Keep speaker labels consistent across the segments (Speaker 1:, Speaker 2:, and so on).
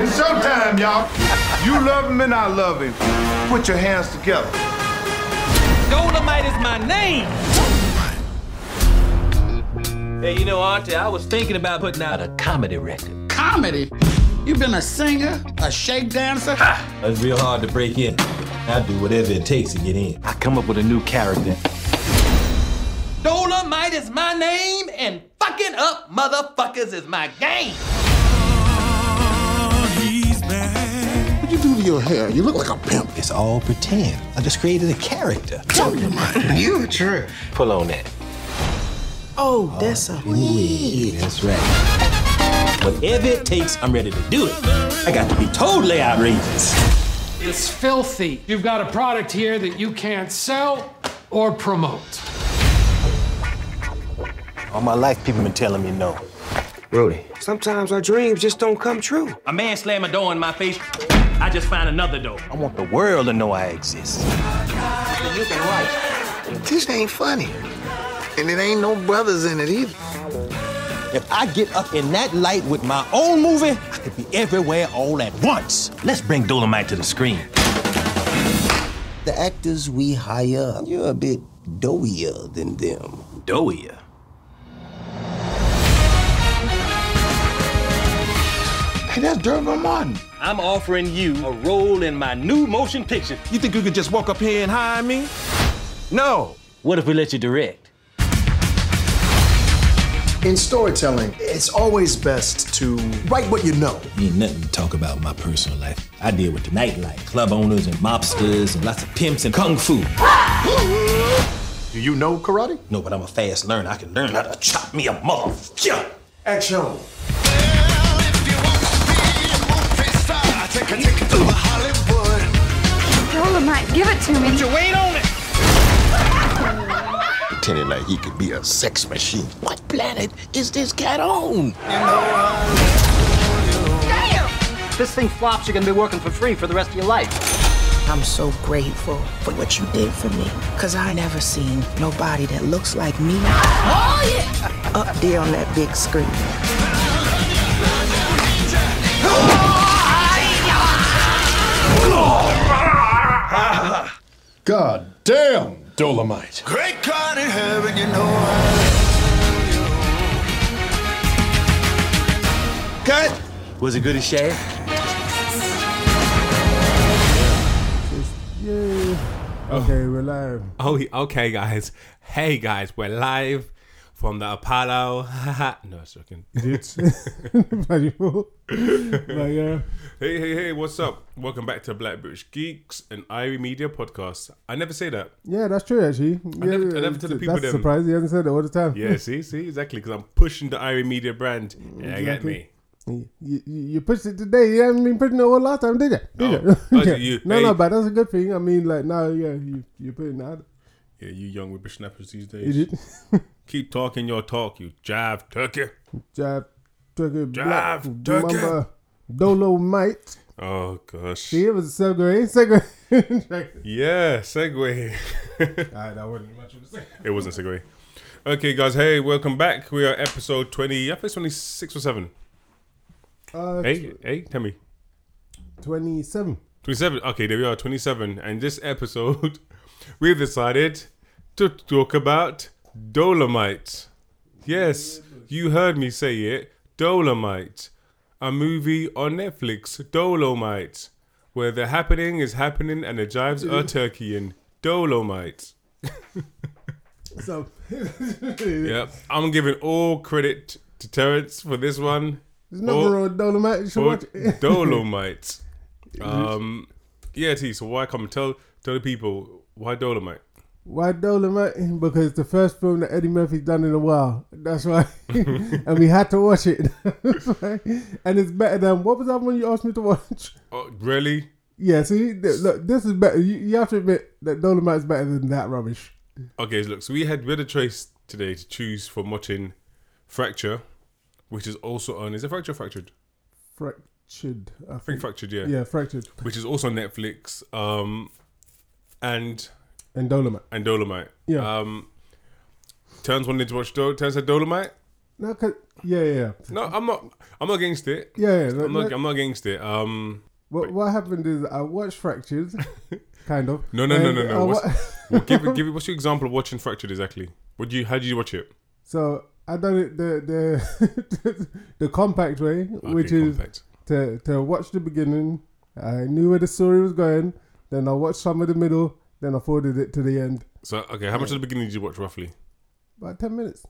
Speaker 1: It's showtime, y'all. You love him and I love him. Put your hands together.
Speaker 2: Dolomite is my name. Hey, you know, Auntie, I was thinking about putting out a comedy record.
Speaker 3: Comedy? You've been a singer, a shake dancer?
Speaker 4: It's real hard to break in. I do whatever it takes to get in.
Speaker 5: I come up with a new character.
Speaker 2: Dolomite is my name, and fucking up motherfuckers is my game.
Speaker 6: What you do to your hair? You look like a pimp.
Speaker 4: It's all pretend. I just created a character.
Speaker 3: you a trip.
Speaker 5: Pull on that.
Speaker 7: Oh, that's a
Speaker 4: Wig. That's right. Whatever it takes, I'm ready to do it. I got to be totally outrageous.
Speaker 8: It's filthy. You've got a product here that you can't sell or promote.
Speaker 4: All my life, people been telling me no.
Speaker 5: Rudy.
Speaker 7: Sometimes our dreams just don't come true.
Speaker 2: A man slam a door in my face. I just found another door.
Speaker 4: I want the world to know I exist.
Speaker 7: You've been right.
Speaker 6: This ain't funny. And it ain't no brothers in it either.
Speaker 4: If I get up in that light with my own movie, I could be everywhere all at once. Let's bring Dolomite to the screen.
Speaker 9: The actors we hire, you're a bit doughier than them.
Speaker 4: Doia.
Speaker 6: Hey, that's Durban Martin.
Speaker 2: I'm offering you a role in my new motion picture.
Speaker 5: You think you could just walk up here and hire me? No.
Speaker 2: What if we let you direct?
Speaker 10: In storytelling, it's always best to write what you know.
Speaker 4: Ain't nothing to talk about in my personal life. I deal with the nightlife, club owners and mobsters and lots of pimps and kung fu.
Speaker 10: Do you know karate?
Speaker 4: No, but I'm a fast learner. I can learn how to chop me a motherfucker.
Speaker 10: Action.
Speaker 11: Dolomite, give it to me.
Speaker 2: Your weight on it.
Speaker 6: Pretending like he could be a sex machine. What planet is this cat on?
Speaker 7: This thing flops, you're gonna be working for free for the rest of your life.
Speaker 9: I'm so grateful for what you did for me. Cause I never seen nobody that looks like me. Up there on that big screen.
Speaker 10: God damn Dolomite.
Speaker 1: Great God in heaven, you know I...
Speaker 4: Cut! Was it good as share?
Speaker 10: Okay, we're live.
Speaker 12: Oh, y- okay, guys. Hey, guys, we're live from the Apollo. no, it's joking.
Speaker 10: uh,
Speaker 12: Hey, hey, hey, what's up? Welcome back to Black British Geeks and Irie Media Podcast. I never say that.
Speaker 10: yeah, that's true, actually. yeah,
Speaker 12: never- I never tell the people
Speaker 10: That's
Speaker 12: them.
Speaker 10: surprising. He hasn't said that all the time.
Speaker 12: Yeah, see, see, exactly, because I'm pushing the Irie Media brand. Yeah, get me.
Speaker 10: You, you, you pushed it today. You haven't been pushing it all last time, did you? Did
Speaker 12: Oh, oh,
Speaker 10: Yeah.
Speaker 12: you-
Speaker 10: no,
Speaker 12: hey.
Speaker 10: no, but that's a good thing. I mean, like, now, yeah, you, you're putting that.
Speaker 12: Yeah, you young rubbish snappers these
Speaker 10: You
Speaker 12: days.
Speaker 10: did.
Speaker 12: Keep talking your talk, you jive turkey.
Speaker 10: Jab, turkey, black,
Speaker 12: Jive, turkey.
Speaker 10: mamba, dolomite.
Speaker 12: Oh, gosh.
Speaker 10: See, it was a segue. Segue.
Speaker 12: Yeah, segue.
Speaker 10: Alright, that wasn't much of a segue.
Speaker 12: It wasn't a segue. Okay, guys. Hey, welcome back. We are episode twenty. I think it's twenty six or seven.
Speaker 10: Uh,
Speaker 12: Hey, hey, tell me.
Speaker 10: 27.
Speaker 12: Twenty seven. Okay, there we are. Twenty seven. And this episode, we've decided to talk about Dolomite. Yes, you heard me say it. Dolomite, a movie on Netflix. Dolomite, where the happening is happening and the jives are turkeying. Dolomite.
Speaker 10: So,
Speaker 12: Yep. I'm giving all credit to Terrence for this one.
Speaker 10: there's nothing
Speaker 12: Or-
Speaker 10: wrong with Dolomite. You should
Speaker 12: or
Speaker 10: watch it.
Speaker 12: Dolomite. um, yeah, T. So why come tell tell the people why Dolomite?
Speaker 10: Why Dolomite? Because it's the first film that Eddie Murphy's done in a while. That's why. and we had to watch it. That's why. and it's better than what was that one you asked me to watch?
Speaker 12: Oh, really?
Speaker 10: Yeah, see, th- look, this is better. You, you have to admit that Dolomite's better than that rubbish.
Speaker 12: Okay, so look. So we had we had a choice today to choose from watching Fracture, which is also on. Is it Fracture? or Fractured?
Speaker 10: Fractured. I
Speaker 12: I think
Speaker 10: think.
Speaker 12: Fractured. Yeah.
Speaker 10: Yeah, fractured.
Speaker 12: Which is also on Netflix. Um, and
Speaker 10: And Dolomite.
Speaker 12: and Dolomite.
Speaker 10: Yeah.
Speaker 12: Um, Terns wanted to watch. Dol- Terns said Dolomite.
Speaker 10: No, 'cause- yeah, yeah, yeah.
Speaker 12: No, I'm not. I'm not against it.
Speaker 10: Yeah, yeah,
Speaker 12: I'm
Speaker 10: let-
Speaker 12: not.
Speaker 10: let-
Speaker 12: I'm not against it. Um,
Speaker 10: What, what happened is I watched Fractures, kind of.
Speaker 12: no, no, no,
Speaker 10: and uh,
Speaker 12: no,
Speaker 10: I
Speaker 12: no.
Speaker 10: wa-
Speaker 12: What's, well, give, it- give it. What's your example of watching Fractured exactly? What do you? How did you watch it?
Speaker 10: So I done it the the the compact way, which is to to watch the beginning. I knew where the story was going. Then I watched some of the middle. Then I forwarded it to the end.
Speaker 12: So, okay, how much of the beginning did you watch roughly?
Speaker 10: About ten minutes.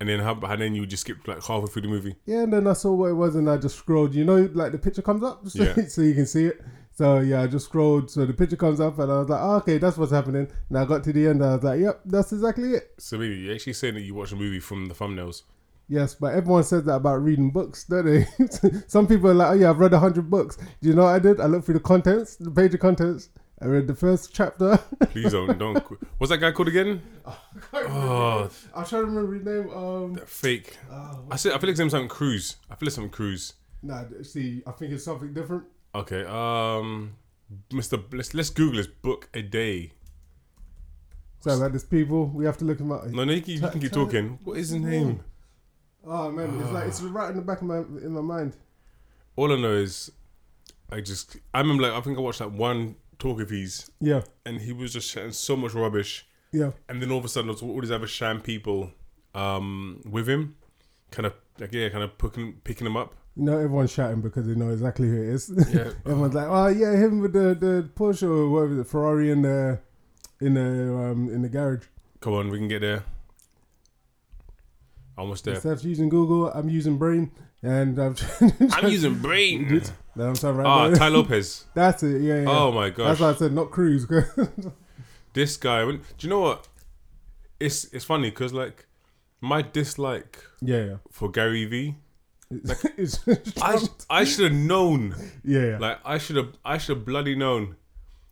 Speaker 12: And then how? And then you just skipped like halfway through the movie.
Speaker 10: Yeah, and then I saw what it was, and I just scrolled. You know, like the picture comes up, so,
Speaker 12: Yeah.
Speaker 10: so you can see it. So yeah, I just scrolled. So the picture comes up, and I was like, oh, okay, that's what's happening. And I got to the end, and I was like, yep, that's exactly it.
Speaker 12: So really, you're actually saying that you watched a movie from the thumbnails.
Speaker 10: Yes, but everyone says that about reading books, don't they? Some people are like, oh yeah, I've read 100 books. Do you know what I did? I looked through the contents, the page of contents. I read the first chapter.
Speaker 12: Please don't. don't. qu- What's that guy called again? Oh,
Speaker 10: I'm trying to remember his name. Um,
Speaker 12: fake. I said. I feel like something something Cruise. I feel like something Cruise.
Speaker 10: nah, see, I think it's something different.
Speaker 12: Okay. Um, Mr. B- Let's let's Google this book a day.
Speaker 10: Sorry about this, people. We have to look him up.
Speaker 12: No, no, you can, you can keep
Speaker 10: Try- try-
Speaker 12: talking. What is his name?
Speaker 10: Oh man, it's like it's right in the back of my in my mind.
Speaker 12: All I know is, I just I remember like I think I watched that one talk of his.
Speaker 10: Yeah.
Speaker 12: And he was just chatting so much rubbish.
Speaker 10: Yeah.
Speaker 12: And then all of a sudden, there's all these other sham people, um, with him, kind of like yeah, kind of picking picking him up.
Speaker 10: You know, everyone's shouting because they know exactly who it is.
Speaker 12: Yeah.
Speaker 10: everyone's like, oh yeah, him with the the Porsche or whatever, the Ferrari in the in the um in the garage.
Speaker 12: Come on, we can get there. Almost there.
Speaker 10: Instead of using Google, I'm using Brain, and I've
Speaker 12: I'm using brain.
Speaker 10: That I'm sorry, right?
Speaker 12: Ah,
Speaker 10: there.
Speaker 12: Ty Lopez.
Speaker 10: That's it. Yeah. yeah.
Speaker 12: Oh my
Speaker 10: That's
Speaker 12: gosh.
Speaker 10: why I said not Cruise. 'cause-
Speaker 12: This guy. when- Do you know what? It's it's funny because like my dislike.
Speaker 10: Yeah, yeah.
Speaker 12: For Gary V. Like,
Speaker 10: it's
Speaker 12: I I should have known.
Speaker 10: Um, Yeah, yeah.
Speaker 12: Like I should have I should have bloody known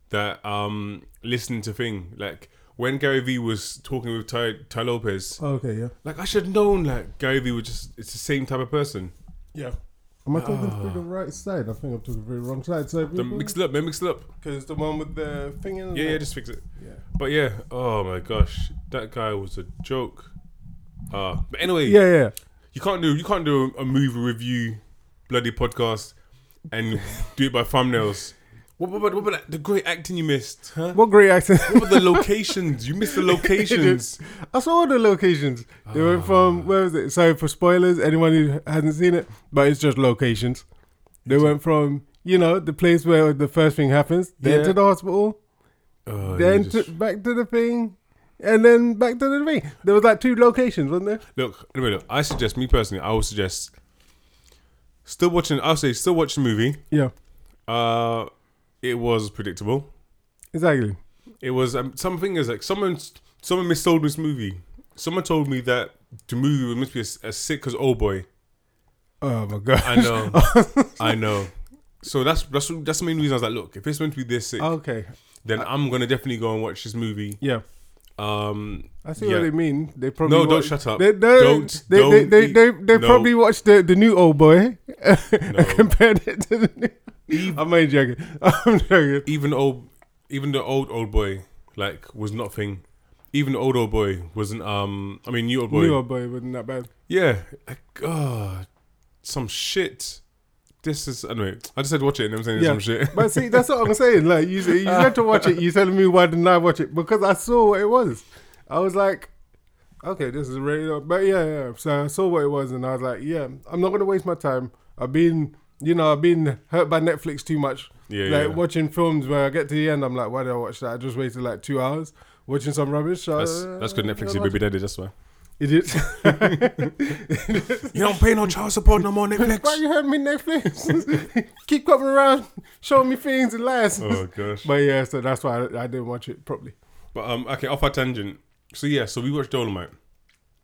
Speaker 12: that um listening to thing like when Gary V was talking with Ty, Ty Lopez.
Speaker 10: Oh, okay. Yeah.
Speaker 12: Like I should have known like Gary V was just it's the same type of person.
Speaker 10: Yeah. Am I talking through the right side? I think I'm talking through the wrong side. So
Speaker 12: Don't Ah. mix it up, man. Mix it up.
Speaker 10: Because the one with the thing in.
Speaker 12: Yeah, yeah, just fix it. Yeah. But yeah, oh my gosh, that guy was a joke. Uh, but anyway,
Speaker 10: Yeah, yeah.
Speaker 12: You can't do you can't do a movie review, bloody podcast, and do it by thumbnails. What about, what about the great acting you missed? Huh?
Speaker 10: What great acting?
Speaker 12: What about the locations? You missed the locations. Ah.
Speaker 10: I saw all the locations. They went from where was it? Sorry for spoilers. Anyone who hasn't seen it, but it's just locations. They went from you know the place where the first thing happens, then
Speaker 12: Yeah.
Speaker 10: to the hospital,
Speaker 12: Oh,
Speaker 10: then
Speaker 12: you
Speaker 10: to, back to the thing, and then back to the thing. There was like two locations, wasn't there?
Speaker 12: Look, anyway, look, I suggest me personally, I would suggest still watching. I'll say still watch the movie.
Speaker 10: Yeah.
Speaker 12: Uh, it was predictable.
Speaker 10: Exactly.
Speaker 12: It was um, something is like someone someone missold this movie. Someone told me that the movie was meant to be as, as sick as Old Boy.
Speaker 10: Oh my god!
Speaker 12: I know, I know. So that's that's that's the main reason I was like, look, if it's meant to be this sick,
Speaker 10: Okay.
Speaker 12: then I'm gonna definitely go and watch this movie.
Speaker 10: Yeah.
Speaker 12: Um,
Speaker 10: I see what they mean. They probably
Speaker 12: no, don't
Speaker 10: watch-
Speaker 12: shut up.
Speaker 10: They, they,
Speaker 12: don't.
Speaker 10: They,
Speaker 12: don't
Speaker 10: they,
Speaker 12: eat-
Speaker 10: they, they, they
Speaker 12: no.
Speaker 10: probably watched the, the new old boy and compared it to the new. I'm only joking. I'm joking.
Speaker 12: even old, even the old old boy like was nothing. Even the old old boy wasn't. Um, I mean, new old boy.
Speaker 10: New old boy wasn't that bad.
Speaker 12: Yeah, like oh, some shit. This is anyway. I just had to watch it, and I'm saying it's some shit.
Speaker 10: but see, that's what I'm saying. Like you, said- you had to watch it. You telling me why didn't I watch it? Because I saw what it was. I was like, okay, this is rated R. But yeah, yeah. So I saw what it was, and I was like, yeah, I'm not gonna waste my time. I've been, you know, I've been hurt by Netflix too much.
Speaker 12: Yeah,
Speaker 10: like
Speaker 12: yeah.
Speaker 10: watching films where I get to the end, I'm like, why did I watch that? I just wasted like two hours watching some rubbish. So
Speaker 12: that's
Speaker 10: uh,
Speaker 12: that's good. Netflix,
Speaker 10: I'll
Speaker 12: your
Speaker 10: watch
Speaker 12: baby daddy. That's why.
Speaker 10: Idiots.
Speaker 12: you don't pay no child support no more, Netflix.
Speaker 10: Why you hurt me, Netflix? Keep coming around, showing me things and lies.
Speaker 12: Oh, gosh.
Speaker 10: But yeah, so that's why I, I didn't watch it properly.
Speaker 12: But um, okay, off our tangent. So yeah, so we watched Dolomite.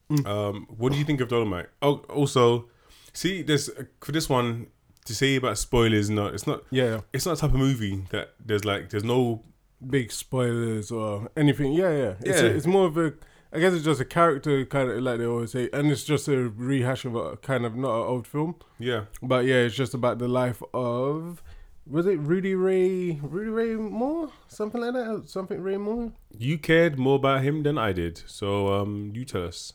Speaker 10: Mm.
Speaker 12: Um, what do you think of Dolomite? Oh, also, see, there's uh, for this one to say about spoilers. No, it's not.
Speaker 10: Yeah.
Speaker 12: it's not a type of movie that there's like there's no
Speaker 10: Big spoilers or anything. Yeah, yeah. It's,
Speaker 12: Yeah.
Speaker 10: A, it's more of a. I guess it's just a character kind of like they always say, and it's just a rehash of a kind of not an old film.
Speaker 12: Yeah.
Speaker 10: But yeah, it's just about the life of. Was it Rudy Ray? Rudy Ray Moore? Something like that? Something Ray Moore?
Speaker 12: you cared more about him than I did. So um, you tell us.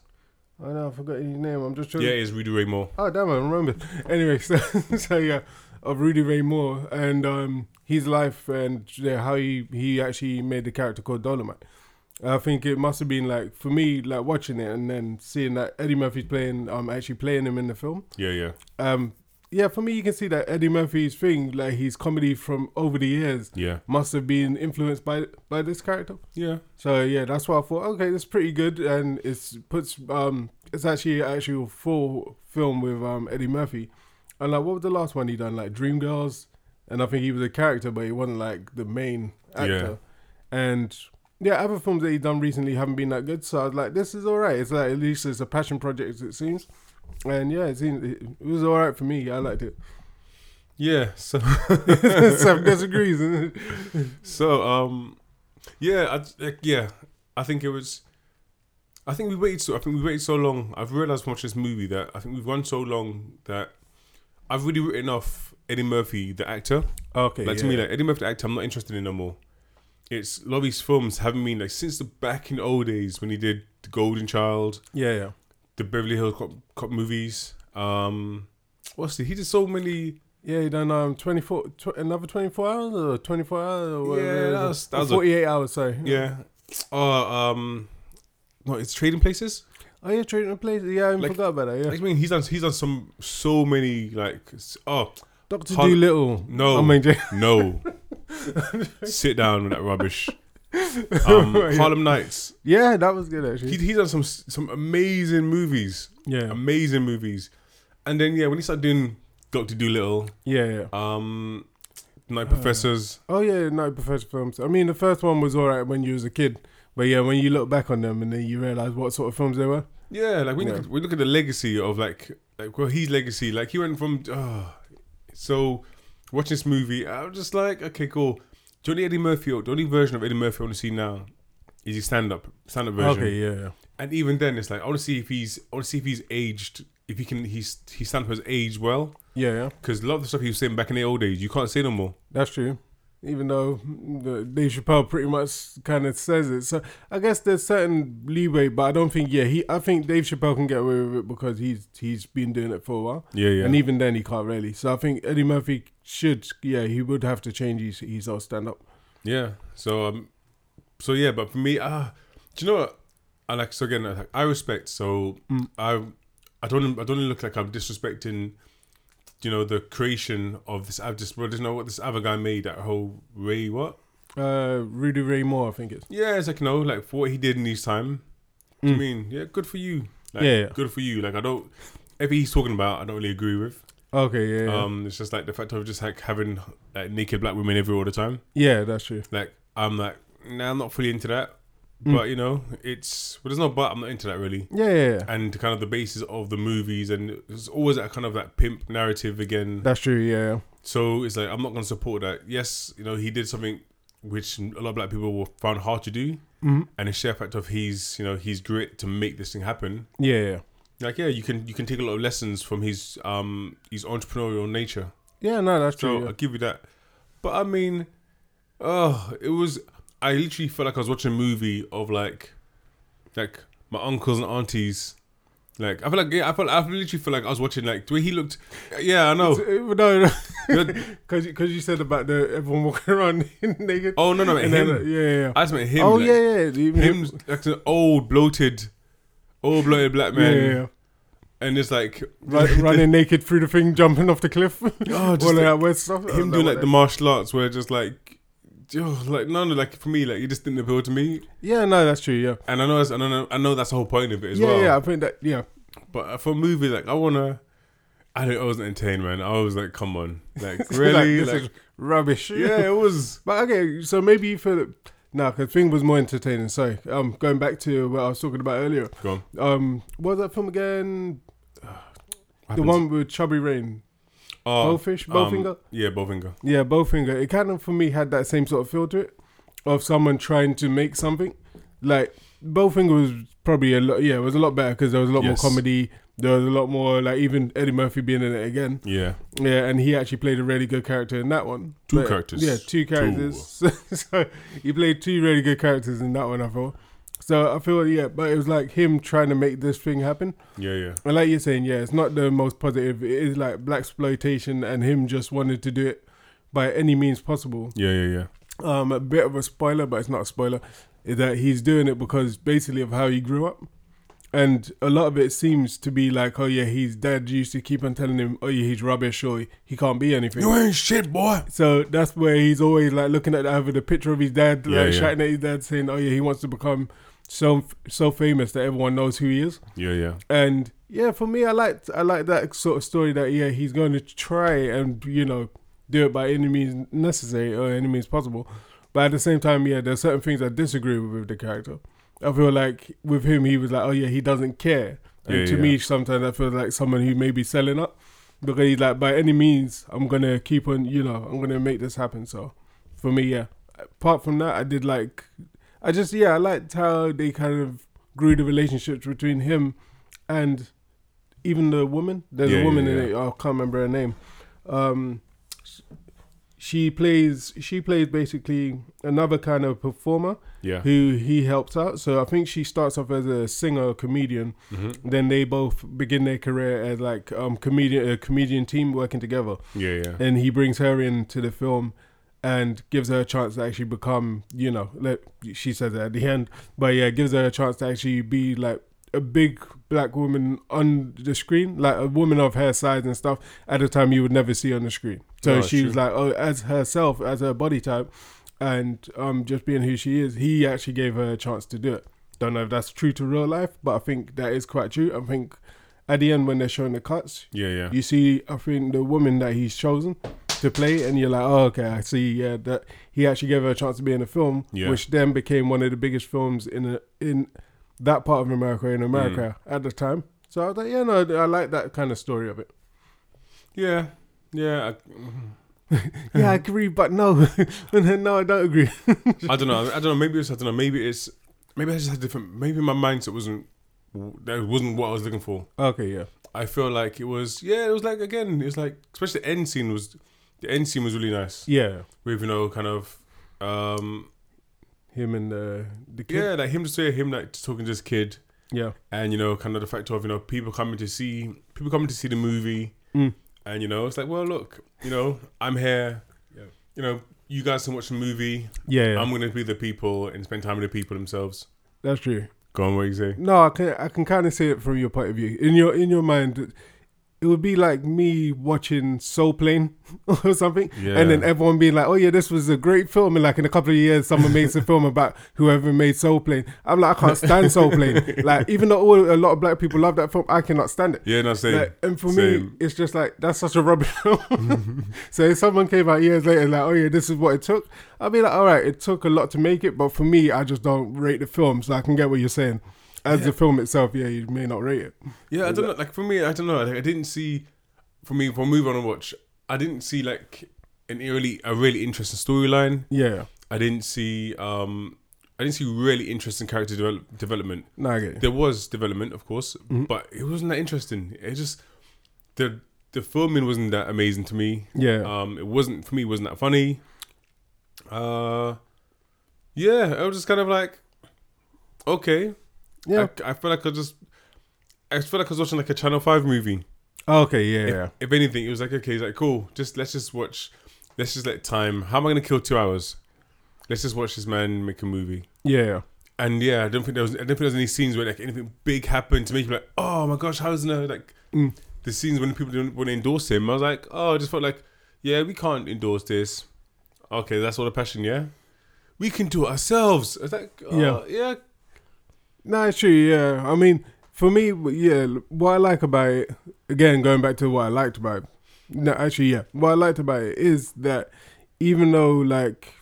Speaker 10: Oh no, I forgot his name. I'm just trying.
Speaker 12: Yeah,
Speaker 10: to-
Speaker 12: it is Rudy Ray Moore.
Speaker 10: Oh damn, I remember. Anyway, so, so yeah, of Rudy Ray Moore and um, his life and yeah, how he he actually made the character called Dolomite. I think it must have been like for me, like watching it and then seeing that Eddie Murphy's playing, um, actually playing him in the film.
Speaker 12: Yeah, yeah.
Speaker 10: Um, yeah, for me, you can see that Eddie Murphy's thing, like his comedy from over the years,
Speaker 12: Yeah.
Speaker 10: must have been influenced by by this character.
Speaker 12: Yeah.
Speaker 10: So yeah, that's why I thought, okay, that's pretty good, and it's puts um, it's actually an actual full film with um Eddie Murphy, and like what was the last one he done? Like Dreamgirls, and I think he was a character, but he wasn't like the main actor, and. Yeah, other films that he done recently haven't been that good, so I was like, "This is all right." It's like at least it's a passion project, it seems, and yeah, it seemed it, it was all right for me. I liked it.
Speaker 12: Yeah, so
Speaker 10: Seth disagrees. isn't it?
Speaker 12: So, um, yeah, I, like, yeah, I think it was. I think we waited. So, I think we waited so long. I've realized watching this movie that I think we've run so long that I've really written off Eddie Murphy, the actor.
Speaker 10: Okay,
Speaker 12: like to me,
Speaker 10: yeah.
Speaker 12: like Eddie Murphy, the actor, I'm not interested in no more. It's a lot of these films haven't been like since the back in the old days when he did The Golden Child.
Speaker 10: Yeah, yeah.
Speaker 12: The Beverly Hills Cop, Cop movies. Um, what's the, he did so many.
Speaker 10: Yeah, he done um twenty four, tw- another twenty four hours or twenty four hours or whatever.
Speaker 12: Yeah,
Speaker 10: it is.
Speaker 12: that was, that
Speaker 10: Or
Speaker 12: was a-
Speaker 10: 48 hours, sorry.
Speaker 12: Yeah. Oh, um, no, it's Trading Places.
Speaker 10: Oh yeah, trading places. Yeah, I forgot about that. Yeah,
Speaker 12: Like, I mean, he's done he's done some so many like s- oh
Speaker 10: Doctor
Speaker 12: Hol-
Speaker 10: Dolittle.
Speaker 12: No,
Speaker 10: I mean,
Speaker 12: no. Sit down with that rubbish. Um,
Speaker 10: Right.
Speaker 12: Harlem Nights.
Speaker 10: yeah, that was good
Speaker 12: He,
Speaker 10: actually.
Speaker 12: Um, he's done some s- some amazing movies.
Speaker 10: Yeah.
Speaker 12: amazing movies. And then yeah, when he started doing Doctor Dolittle.
Speaker 10: Yeah,
Speaker 12: Um, Night Professors.
Speaker 10: oh yeah, no professional films. I mean, the first one was alright when you was a kid, but yeah, when you look back on them and then you realize what sort of films they were.
Speaker 12: Yeah, like we
Speaker 10: Yeah.
Speaker 12: look at, we look at the legacy of like like well his legacy like he went from oh, so watching this movie I was just like okay cool Johnny Eddie Murphy or the only version of Eddie Murphy I want to see now is his stand up stand up version
Speaker 10: Okay, yeah, yeah.
Speaker 12: and even then it's like I want to see if he's I want to see if he's aged if he can he's he stand up has aged well
Speaker 10: Yeah, yeah.
Speaker 12: because a lot of the stuff he was saying back in the old days you can't say no more
Speaker 10: That's true. Even though the Dave Chappelle pretty much kind of says it, so I guess there's certain leeway, but I don't think yeah he. I think Dave Chappelle can get away with it because he's he's been doing it for a while.
Speaker 12: Yeah, yeah.
Speaker 10: And even then he can't really. So I think Eddie Murphy should yeah he would have to change his his old stand up.
Speaker 12: Yeah. So um, so yeah, but for me, ah, do you know what? I like so again, I- I respect. So
Speaker 10: Mm.
Speaker 12: I, I don't, I don't look like I'm disrespecting, you know, the creation of this. I've just, well, just know what this other guy made that whole Ray what?
Speaker 10: Uh, Rudy Ray Moore, I think it's.
Speaker 12: Yeah, it's like no, like for what he did in his time. I mean, yeah, good for you. Like,
Speaker 10: Mm. Yeah, yeah.
Speaker 12: good for you. Like I don't, everything he's talking about, I don't really agree with.
Speaker 10: Okay, yeah, yeah.
Speaker 12: Um, it's just like the fact of just like having like naked black women everywhere all the time
Speaker 10: yeah, that's true.
Speaker 12: like I'm like nah, I'm not fully into that. But you know, it's well, there's no but. I'm not into that really.
Speaker 10: Mm. Yeah, yeah, yeah.
Speaker 12: And kind of the basis of the movies, and it's always that kind of that pimp narrative again.
Speaker 10: That's true. Yeah,
Speaker 12: so it's like I'm not going to support that. Yes, you know, he did something which a lot of black people were- found hard to do,
Speaker 10: Mhm.
Speaker 12: and the sheer fact of his, you know, his grit to make this thing happen.
Speaker 10: yeah, yeah.
Speaker 12: Like yeah, you can you can take a lot of lessons from his um his entrepreneurial nature.
Speaker 10: Yeah, no, that's
Speaker 12: So uh,
Speaker 10: true.
Speaker 12: I'll give you that. But I mean, oh, it was. I literally felt like I was watching a movie of like, like my uncles and aunties. Like I feel like yeah, I felt I literally feel like I was watching like the way he looked. Yeah, I know.
Speaker 10: yeah. Uh, No,
Speaker 12: You're-
Speaker 10: because because you said about the everyone walking around naked.
Speaker 12: Oh no, no,
Speaker 10: And
Speaker 12: him.
Speaker 10: then, uh, yeah, yeah, yeah.
Speaker 12: I just meant him.
Speaker 10: Oh,
Speaker 12: like,
Speaker 10: yeah, yeah, even
Speaker 12: him,
Speaker 10: him.
Speaker 12: like an old bloated, old bloated black man.
Speaker 10: Yeah, yeah, yeah.
Speaker 12: And it's like
Speaker 10: Run, running naked through the thing, jumping off the cliff.
Speaker 12: Oh, just
Speaker 10: All of
Speaker 12: like
Speaker 10: that weird stuff.
Speaker 12: him doing like the martial arts where just like, oh, like no, no, like for me, like it just didn't appeal to me.
Speaker 10: yeah, no, that's true. Yeah,
Speaker 12: And I know, that's, I know, I know that's the whole point of it as
Speaker 10: yeah,
Speaker 12: well.
Speaker 10: yeah. I think that. Yeah,
Speaker 12: But for a movie, like I wanna, I, don't, I wasn't entertained, man. I was like, come on, like really,
Speaker 10: Like, this is
Speaker 12: Like,
Speaker 10: rubbish.
Speaker 12: yeah, it was.
Speaker 10: But okay, so maybe you feel it. Nah, because thing was more entertaining. Sorry, um, going back to what I was talking about earlier.
Speaker 12: Go on.
Speaker 10: Um, what was that film again?
Speaker 12: What
Speaker 10: The
Speaker 12: happened?
Speaker 10: one with Chubby Rain.
Speaker 12: Oh,
Speaker 10: Bowfish?
Speaker 12: um,
Speaker 10: Bowfinger?
Speaker 12: yeah, Bowfinger.
Speaker 10: Yeah, Bowfinger. It kind of for me had that same sort of feel to it, of someone trying to make something. Like Bowfinger was probably a lot. Yeah, it was a lot better because there was a lot
Speaker 12: Yes.
Speaker 10: more comedy. There was a lot more like even Eddie Murphy being in it again.
Speaker 12: Yeah,
Speaker 10: Yeah, and he actually played a really good character in that one.
Speaker 12: Two characters.
Speaker 10: Yeah, two characters. so he played two really good characters in that one. I thought. So I feel yeah, but it was like him trying to make this thing happen.
Speaker 12: Yeah, yeah.
Speaker 10: And like you're saying, yeah, it's not the most positive. It is like black exploitation, and him just wanted to do it by any means possible.
Speaker 12: Yeah, yeah, yeah.
Speaker 10: Um, a bit of a spoiler, but it's not a spoiler, is that he's doing it because basically of how he grew up. And a lot of it seems to be like, oh yeah, his dad used to keep on telling him, oh yeah, he's rubbish or he can't be anything.
Speaker 12: You ain't shit, boy.
Speaker 10: So that's where he's always like looking at either the picture of his dad,
Speaker 12: Yeah,
Speaker 10: like
Speaker 12: yeah.
Speaker 10: shouting at his dad, saying, oh yeah, he wants to become so so famous that everyone knows who he is.
Speaker 12: Yeah, yeah.
Speaker 10: And yeah, for me, I liked I like that sort of story that yeah, he's going to try and you know do it by any means necessary or any means possible. But at the same time, yeah, there's certain things I disagree with with the character. I feel like with him, he was like, oh yeah, he doesn't care. And
Speaker 12: Yeah,
Speaker 10: to
Speaker 12: yeah.
Speaker 10: me, sometimes I feel like someone who may be selling up because he's like, by any means, I'm gonna keep on, you know, I'm gonna make this happen. So for me, yeah. Apart from that, I did like, I just yeah, I liked how they kind of grew the relationships between him and even the woman. There's
Speaker 12: Yeah,
Speaker 10: a woman
Speaker 12: yeah,
Speaker 10: in
Speaker 12: yeah.
Speaker 10: it. Oh, I can't remember her name. Um, she plays she plays basically another kind of performer
Speaker 12: Yeah.
Speaker 10: who he helps out so i think she starts off as a singer or comedian
Speaker 12: Mhm.
Speaker 10: then they both begin their career as like um comedian a comedian team working together
Speaker 12: Yeah, yeah.
Speaker 10: and he brings her into the film and gives her a chance to actually become you know like she says that at the end but yeah gives her a chance to actually be like a big black woman on the screen like a woman of her size and stuff at a time you would never see on the screen so
Speaker 12: No,
Speaker 10: she was
Speaker 12: true.
Speaker 10: like oh as herself as her body type and um just being who she is he actually gave her a chance to do it don't know if that's true to real life but i think that is quite true i think at the end when they're showing the cuts
Speaker 12: Yeah, yeah.
Speaker 10: you see, I think the woman that he's chosen to play, and you're like, oh, okay, I see. Yeah, that he actually gave her a chance to be in a film,
Speaker 12: Yeah.
Speaker 10: which then became one of the biggest films in a, in that part of America in America at the time. So I was like, yeah, no, I like that kind of story of it.
Speaker 12: Yeah, yeah.
Speaker 10: yeah, I agree, but no, no, I don't agree.
Speaker 12: I, I don't know. I don't know. Maybe it's. I don't know. Maybe it's. Maybe I just had different. Maybe my mindset wasn't. That wasn't what I was looking for.
Speaker 10: Okay, yeah.
Speaker 12: I feel like it was. Yeah, it was like again. It was like especially the end scene was. The end scene was really nice.
Speaker 10: Yeah.
Speaker 12: With you know kind of. um
Speaker 10: Him and the the kid.
Speaker 12: Yeah, like him just him like just talking to this kid.
Speaker 10: Yeah.
Speaker 12: And you know, kind of the fact of you know people coming to see people coming to see the movie,
Speaker 10: Mm.
Speaker 12: and you know it's like, well, look, you know, I'm here. You know, you guys can watch the movie.
Speaker 10: Yeah, yeah.
Speaker 12: I'm going to be the people and spend time with the people themselves.
Speaker 10: That's true.
Speaker 12: Go on, what you say?
Speaker 10: No, I can I can kind of see it from your point of view. In your in your mind, it would be like me watching Soul Plane or something, and then
Speaker 12: Yeah.
Speaker 10: everyone being like, "Oh yeah, this was a great film." And like in a couple of years, someone makes a film about whoever made Soul Plane. I'm like, I can't stand Soul Plane. Like even though all, a lot of black people love that film, I cannot stand it.
Speaker 12: Yeah, no, same.
Speaker 10: Like, and for me,
Speaker 12: Same.
Speaker 10: it's just like that's such a rubbish film. so if someone came out years later, like, oh yeah, this is what it took, I'd be like, all right, it took a lot to make it, but for me, I just don't rate the film. So I can get what you're saying. As the film itself, yeah, you may not rate it.
Speaker 12: Yeah, I don't know. Like for me, I don't know. Like, I didn't see. For me, for a movie I want to watch, I didn't see like an really a really interesting storyline.
Speaker 10: Yeah.
Speaker 12: I didn't see. um I didn't see really interesting character develop, development.
Speaker 10: No, I get you.
Speaker 12: There was development, of course,
Speaker 10: Mhm.
Speaker 12: but it wasn't that interesting. It just the the filming wasn't that amazing to me.
Speaker 10: Yeah.
Speaker 12: Um, it wasn't for me. it Wasn't that funny? Uh, yeah. I was just kind of like, okay.
Speaker 10: Yeah.
Speaker 12: I, I feel like I just. I feel like I was watching like a Channel Five movie.
Speaker 10: Oh, Okay, yeah,
Speaker 12: If-
Speaker 10: yeah.
Speaker 12: If anything, it was like okay, it's like cool. Just let's just watch. Let's just let time. How am I gonna kill two hours? Let's just watch this man make a movie.
Speaker 10: Yeah, yeah.
Speaker 12: And yeah, I don't think there was. I don't think there was any scenes where like anything big happened to make you like, oh my gosh, how's no like
Speaker 10: Mm.
Speaker 12: the scenes when people didn't want to endorse him. I was like, oh, I just felt like, yeah, we can't endorse this. Okay, that's all the passion. Yeah, we can do it ourselves. It's like, oh,
Speaker 10: Yeah.
Speaker 12: yeah, yeah,
Speaker 10: No, it's true. Yeah, I mean, for me, yeah, what I like about it, again, going back to what I liked about it. No, actually, yeah, what I liked about it is that even though, like,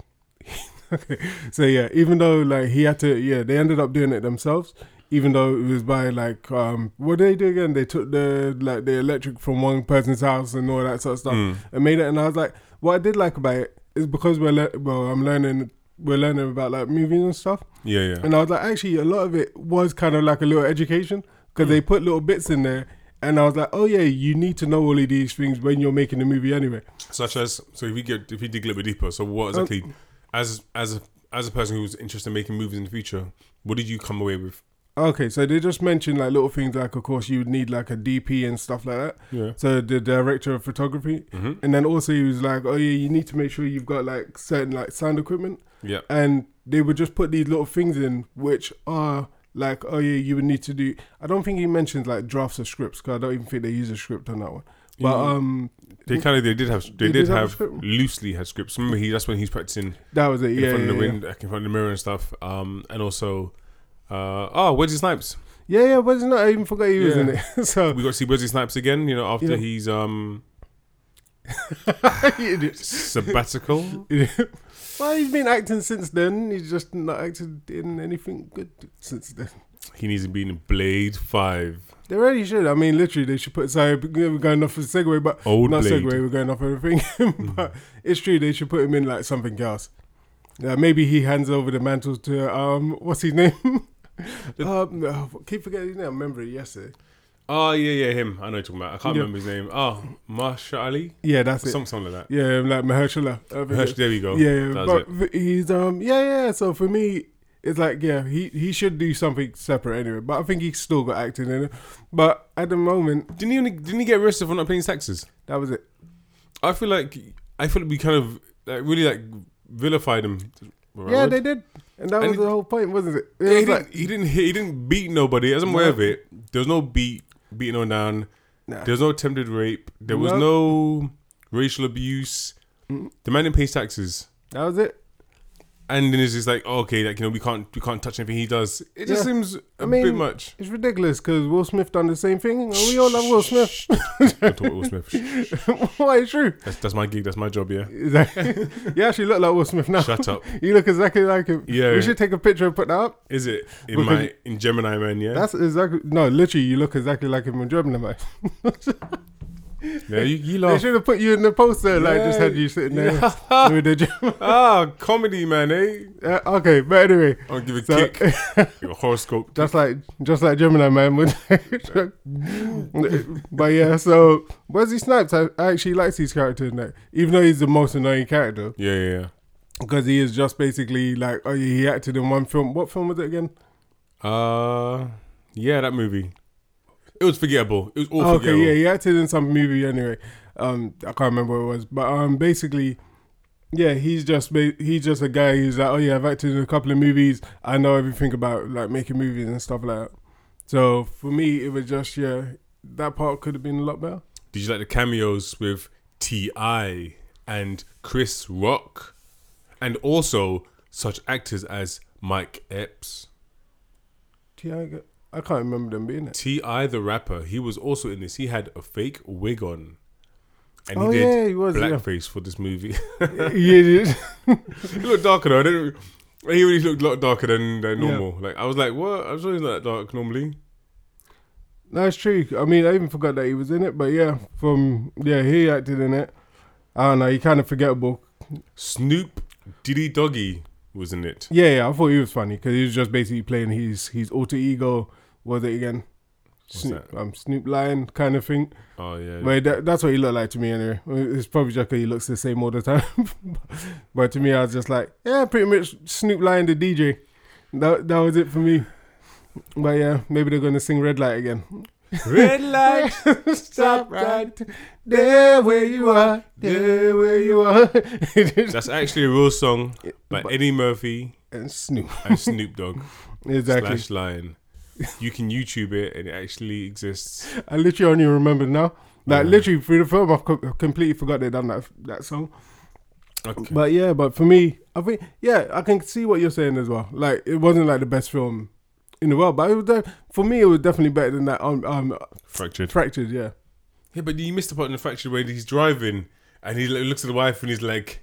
Speaker 10: okay, so yeah, even though like he had to, yeah, they ended up doing it themselves. Even though it was by like, um, what did they do again? They took the like the electric from one person's house and all that sort of stuff
Speaker 12: Mm.
Speaker 10: and made it. And I was like, what I did like about it is because we're le- well, I'm learning, we're learning about like movies and stuff.
Speaker 12: yeah, yeah.
Speaker 10: And I was like, actually, a lot of it was kind of like a little education because
Speaker 12: Mm.
Speaker 10: they put little bits in there. And I was like, oh, yeah, you need to know all of these things when you're making the movie anyway. Oh.
Speaker 12: Such as, so if you get if you dig a little bit deeper, so what exactly, as as as a person who's interested in making movies in the future, what did you come away with?
Speaker 10: Okay, so they just mentioned like little things like, of course, you would need like a DP and stuff like that.
Speaker 12: Yeah.
Speaker 10: So the director of photography,
Speaker 12: Mhm.
Speaker 10: and then also he was like, oh yeah, you need to make sure you've got like certain like sound equipment.
Speaker 12: Yeah.
Speaker 10: And they would just put these little things in, which are like, oh yeah, you would need to do. I don't think he mentions like drafts of scripts because I don't even think they use a script on that one. But
Speaker 12: Yeah.
Speaker 10: um,
Speaker 12: They kind of they did have they, did,
Speaker 10: They did have a
Speaker 12: have,
Speaker 10: script?
Speaker 12: loosely had scripts. Remember he that's when he's practicing.
Speaker 10: That was it,
Speaker 12: In
Speaker 10: yeah,
Speaker 12: front of
Speaker 10: yeah,
Speaker 12: the wind, like, in front of the mirror and stuff. Um, and also, uh, oh, Wesley Snipes.
Speaker 10: yeah, yeah, but it's not. I even forgot he was in it. so
Speaker 12: we got to see Wesley Snipes again. You know, after
Speaker 10: Uh. Yeah.
Speaker 12: he's um
Speaker 10: You idiot.
Speaker 12: sabbatical.
Speaker 10: Well, he's been acting since then. He's just not acted in anything good since then.
Speaker 12: he needs to be in Blade Five.
Speaker 10: They really should. I mean, literally, they should put. Sorry, we're going off a segue, but
Speaker 12: Old
Speaker 10: not
Speaker 12: Blade. Hmm.
Speaker 10: segue. We're going off everything. but it's true. They should put him in like something else. Yeah, maybe he hands over the mantle to um, what's his name? um, no, keep forgetting his name. I remember it yesterday.
Speaker 12: Oh yeah, yeah, him. I know what you're talking about. I can't
Speaker 10: Yeah.
Speaker 12: remember his name. Oh, Marsha Ali.
Speaker 10: Yeah, that's it.
Speaker 12: Something, something like that.
Speaker 10: Yeah, like Mahershala. I think
Speaker 12: Mahersh-
Speaker 10: it-
Speaker 12: there we go.
Speaker 10: Yeah,
Speaker 12: That was
Speaker 10: but v- he's um, yeah, yeah. So for me, it's like yeah, he he should do something separate anyway. But I think he's still got acting in it. But at the moment,
Speaker 12: didn't he didn't he get arrested for not paying taxes?
Speaker 10: That was it.
Speaker 12: I feel like I feel like we kind of like, really like vilified him.
Speaker 10: Yeah, they did, and that
Speaker 12: And
Speaker 10: was the whole point, wasn't it? It
Speaker 12: Yeah, he,
Speaker 10: was like-
Speaker 12: didn't, he didn't hit, he didn't beat nobody. As I'm aware
Speaker 10: No.
Speaker 12: of it, there was no beat beating on down.
Speaker 10: Nah.
Speaker 12: There was no attempted rape. There was no racial abuse. The man didn't pay his taxes.
Speaker 10: That was it.
Speaker 12: And then it's just like, oh, okay, like you know, we can't we can't touch anything he does. It just
Speaker 10: Yeah.
Speaker 12: seems a
Speaker 10: I mean,
Speaker 12: bit much.
Speaker 10: It's ridiculous because Will Smith done the same thing. and We all love Will Smith.
Speaker 12: about Will Smith.
Speaker 10: Why it's true?
Speaker 12: That's, that's my gig. That's my job. Yeah.
Speaker 10: Exactly. you actually look like Will Smith now.
Speaker 12: Shut up.
Speaker 10: you look exactly like him.
Speaker 12: Yeah.
Speaker 10: We should take a picture and put that up.
Speaker 12: Is it in
Speaker 10: Because-
Speaker 12: my in Gemini man? Yeah.
Speaker 10: That's exactly no. Literally, you look exactly like him in German, man.
Speaker 12: yeah. You, you
Speaker 10: They
Speaker 12: laugh.
Speaker 10: should have put you in the poster, like just had you sitting there
Speaker 12: Yeah.
Speaker 10: with the German.
Speaker 12: ah, comedy man, eh?
Speaker 10: Uh, okay, but anyway,
Speaker 12: I'll give a
Speaker 10: So-
Speaker 12: kick. Your horoscope.
Speaker 10: Just like just like Gemini man would. but yeah, so Wesley Snipes, I, I actually likes his character in that, even though he's the most annoying character.
Speaker 12: Yeah, yeah, yeah.
Speaker 10: Because he is just basically like, oh yeah, he acted in one film. What film was it again?
Speaker 12: Uh, yeah, that movie. It was forgettable. It was all
Speaker 10: okay,
Speaker 12: forgettable.
Speaker 10: yeah, he acted in some movie anyway. Um, I can't remember what it was, but um, basically, yeah, he's just ba- he's just a guy who's like, oh yeah, I've acted in a couple of movies. I know everything about like making movies and stuff like that. So for me, it was just yeah, that part could have been a lot better.
Speaker 12: Did you like the cameos with T.I. and Chris Rock? And also such actors as Mike Epps.
Speaker 10: Tiago, I can't remember them being it.
Speaker 12: T.I. the rapper, he was also in this. He had a fake wig on. And he
Speaker 10: Oh,
Speaker 12: did
Speaker 10: yeah, he was, yeah.
Speaker 12: blackface for this movie.
Speaker 10: yeah,
Speaker 12: he looked darker though. I didn't, he really looked a lot darker than, than
Speaker 10: Yeah.
Speaker 12: normal. Like I was like, what? I'm sure he's not that dark normally.
Speaker 10: No, it's true. I mean, I even forgot that he was in it, but yeah, from yeah, he acted in it. I don't know. He kind of forgettable.
Speaker 12: Snoop Diddy Doggy was in it.
Speaker 10: Yeah, yeah, I thought he was funny because he was just basically playing his his alter ego. What Was it again? Snoop, um, Snoop Lion kind of thing.
Speaker 12: Oh, yeah.
Speaker 10: But that, that's what he looked like to me anyway. It's probably just 'cause he looks the same all the time. but to me, I was just like, yeah, pretty much Snoop Lion the DJ. That that was it for me. But yeah, maybe they're gonna sing Red Light again.
Speaker 12: Red light,
Speaker 10: stop right there where you are, there where you are.
Speaker 12: That's actually a real song by Eddie Murphy
Speaker 10: and Snoop
Speaker 12: and Snoop Dogg.
Speaker 10: Exactly.
Speaker 12: Slash Lion. You can YouTube it, and it actually exists.
Speaker 10: I literally only remember now. Like
Speaker 12: Yeah.
Speaker 10: literally through the film, I've co- completely forgot they done that that song.
Speaker 12: Okay.
Speaker 10: But yeah, but for me, I think yeah, I can see what you're saying as well. Like it wasn't like the best film in the world, but it was de- for me, it was definitely better than that. Um, um
Speaker 12: Fractured.
Speaker 10: fractured, yeah.
Speaker 12: Yeah, but you missed the part in the factory where he's driving, and he like, looks at the wife, and he's like,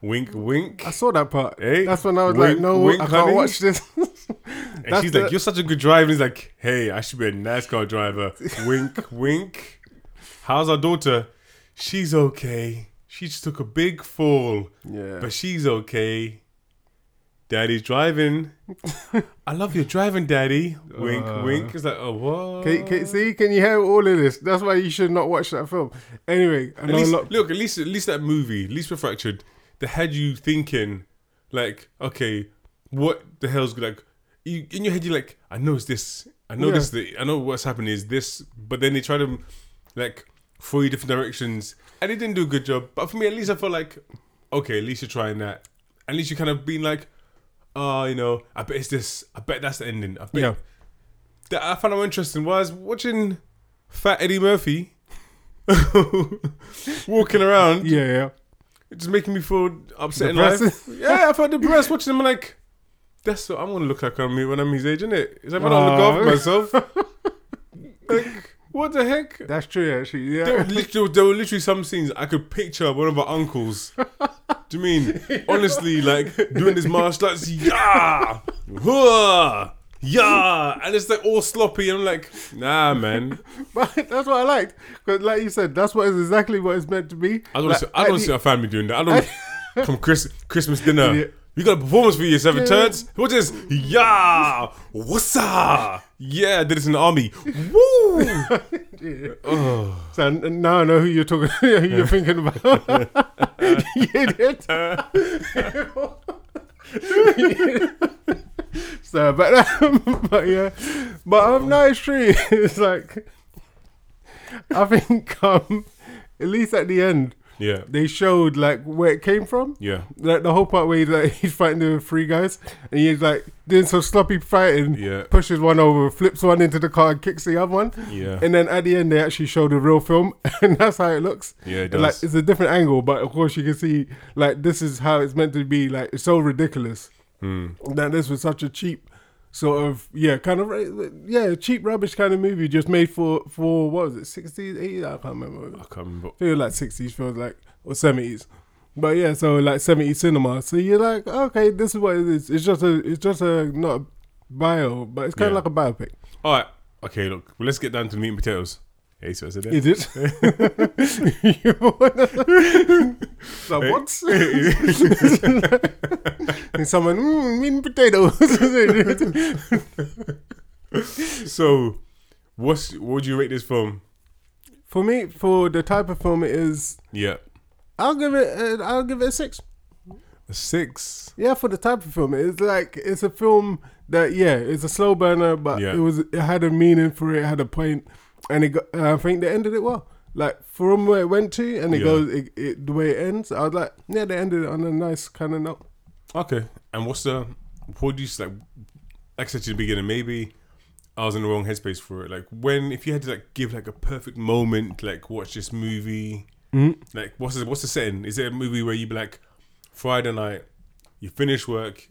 Speaker 12: "Wink, wink."
Speaker 10: I saw that part.
Speaker 12: Hey,
Speaker 10: That's when I was
Speaker 12: wink,
Speaker 10: like, no,
Speaker 12: wink,
Speaker 10: I can't
Speaker 12: honey.
Speaker 10: watch this.
Speaker 12: And
Speaker 10: That's
Speaker 12: she's
Speaker 10: the-
Speaker 12: like, "You're such a good driver." And he's like, "Hey, I should be a NASCAR driver." wink, wink. How's our daughter? She's okay. She just took a big fall.
Speaker 10: Yeah.
Speaker 12: But she's okay. Daddy's driving. I love your driving, Daddy. Wink,
Speaker 10: Uh.
Speaker 12: wink. It's like, oh, what?
Speaker 10: Can, can, see, can you hear all of this? That's why you should not watch that film. Anyway, I
Speaker 12: At
Speaker 10: know a
Speaker 12: least,
Speaker 10: lot.
Speaker 12: look, at least, at least that movie, at least Refractured, that had you thinking, like, okay, what the hell's like? You, in your head, you're like, I know it's this. I know
Speaker 10: Yeah.
Speaker 12: this. The, I know what's happening is this. But then they try to like throw you different directions, and they didn't do a good job. But for me, at least I felt like, okay, at least you're trying that. At least you kind of been like, oh, you know, I bet it's this. I bet that's the ending. I bet.
Speaker 10: Yeah.
Speaker 12: That I found out interesting was watching Fat Eddie Murphy walking around.
Speaker 10: Yeah, yeah.
Speaker 12: It's making me feel upset in life.
Speaker 10: Depressed?
Speaker 12: Yeah, I felt depressed watching him. Like, that's what I want to look like on me when I'm his age, isn't it? Is that when I
Speaker 10: Oh.
Speaker 12: look after myself? like, what the heck?
Speaker 10: That's true, actually.
Speaker 12: There were,
Speaker 10: Yeah.
Speaker 12: literally, there were literally some scenes I could picture one of our uncles. Do you mean honestly, like doing his martial arts? Yeah, Hua! yeah, and it's like all sloppy. I'm like, nah, man.
Speaker 10: But that's what I liked. Because, like you said, that's what is exactly what it's meant to be.
Speaker 12: I don't,
Speaker 10: Like,
Speaker 12: see, I don't
Speaker 10: and
Speaker 12: see our family doing that. I don't. from Chris, Christmas dinner, we got a performance for you, seven
Speaker 10: Yeah.
Speaker 12: turns. What is? Yeah, what's up? Yeah, I did this in the army. Woo!
Speaker 10: you- So n- now I know who you're talking who you're thinking about. you idiot. so, but, um, but yeah. But um, no, it's true. It's like, I think, um, at least at the end,
Speaker 12: Yeah.
Speaker 10: they showed like where it came from.
Speaker 12: Yeah.
Speaker 10: Like the whole part where he's like he's fighting the three guys and he's like doing some sloppy fighting.
Speaker 12: Yeah.
Speaker 10: Pushes one over, flips one into the car and kicks the other one.
Speaker 12: Yeah.
Speaker 10: And then at the end they actually show the real film and that's how it looks.
Speaker 12: Yeah, it
Speaker 10: And, like
Speaker 12: does.
Speaker 10: it's a different angle, but of course you can see like this is how it's meant to be, like it's so ridiculous.
Speaker 12: Hmm.
Speaker 10: That this was such a cheap sort of yeah, kind of ra- yeah, cheap rubbish kind of movie just made for for what was it, sixties, eighties? I can't remember. I
Speaker 12: can't remember.
Speaker 10: Feel like sixties, feels like or seventies. But yeah, so like seventies cinema. So you're like, okay, this is what it is. It's just a it's just a not a bio, but it's kinda
Speaker 12: Yeah.
Speaker 10: like a biopic.
Speaker 12: All right. Okay, look. Well, let's get down to the meat and potatoes. Hey, so I said that.
Speaker 10: Is it? so
Speaker 12: Hey.
Speaker 10: what? and someone, mm, meat and potatoes.
Speaker 12: so, what's what would you rate this film?
Speaker 10: for me, for the type of film it is,
Speaker 12: Yeah,
Speaker 10: I'll give it. A, I'll give it a six.
Speaker 12: a six.
Speaker 10: Yeah, for the type of film, it's like it's a film that yeah, it's a slow burner, but
Speaker 12: Yeah.
Speaker 10: it was it had a meaning for it, it had a point, and it got, and I think they ended it well. Like from where it went to, and it
Speaker 12: Yeah.
Speaker 10: goes it, it, the way it ends. I was like, yeah, they ended it on a nice kind of note.
Speaker 12: Okay. And what's the what do you s- like? Like I said to the beginning, maybe I was in the wrong headspace for it. Like when if you had to like give like a perfect moment, to, like watch this movie.
Speaker 10: Mm.
Speaker 12: Like what's the, what's the setting? Is it a movie where you be like Friday night, you finish work,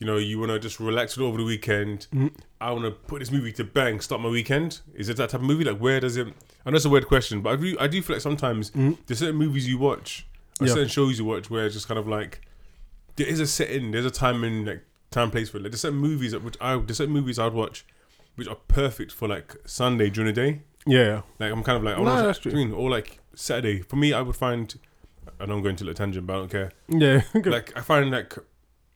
Speaker 12: you know, you want to just relax over the weekend.
Speaker 10: Mm.
Speaker 12: I want to put this movie to bang, start my weekend. Is it that type of movie? Like where does it? I know it's a weird question, but I do, I do feel like sometimes
Speaker 10: Mm.
Speaker 12: there's certain movies you watch, or
Speaker 10: Yeah.
Speaker 12: certain shows you watch where it's just kind of like there is a setting, there's a time and like time place for it. Like, there's certain movies that which I there's certain movies I'd watch which are perfect for like Sunday during the day.
Speaker 10: Yeah.
Speaker 12: Like I'm kind of like I
Speaker 10: No,
Speaker 12: wanna-
Speaker 10: that's true.
Speaker 12: I mean, or like Saturday. For me, I would find I know I'm going to a tangent, but I don't care.
Speaker 10: Yeah.
Speaker 12: like I find like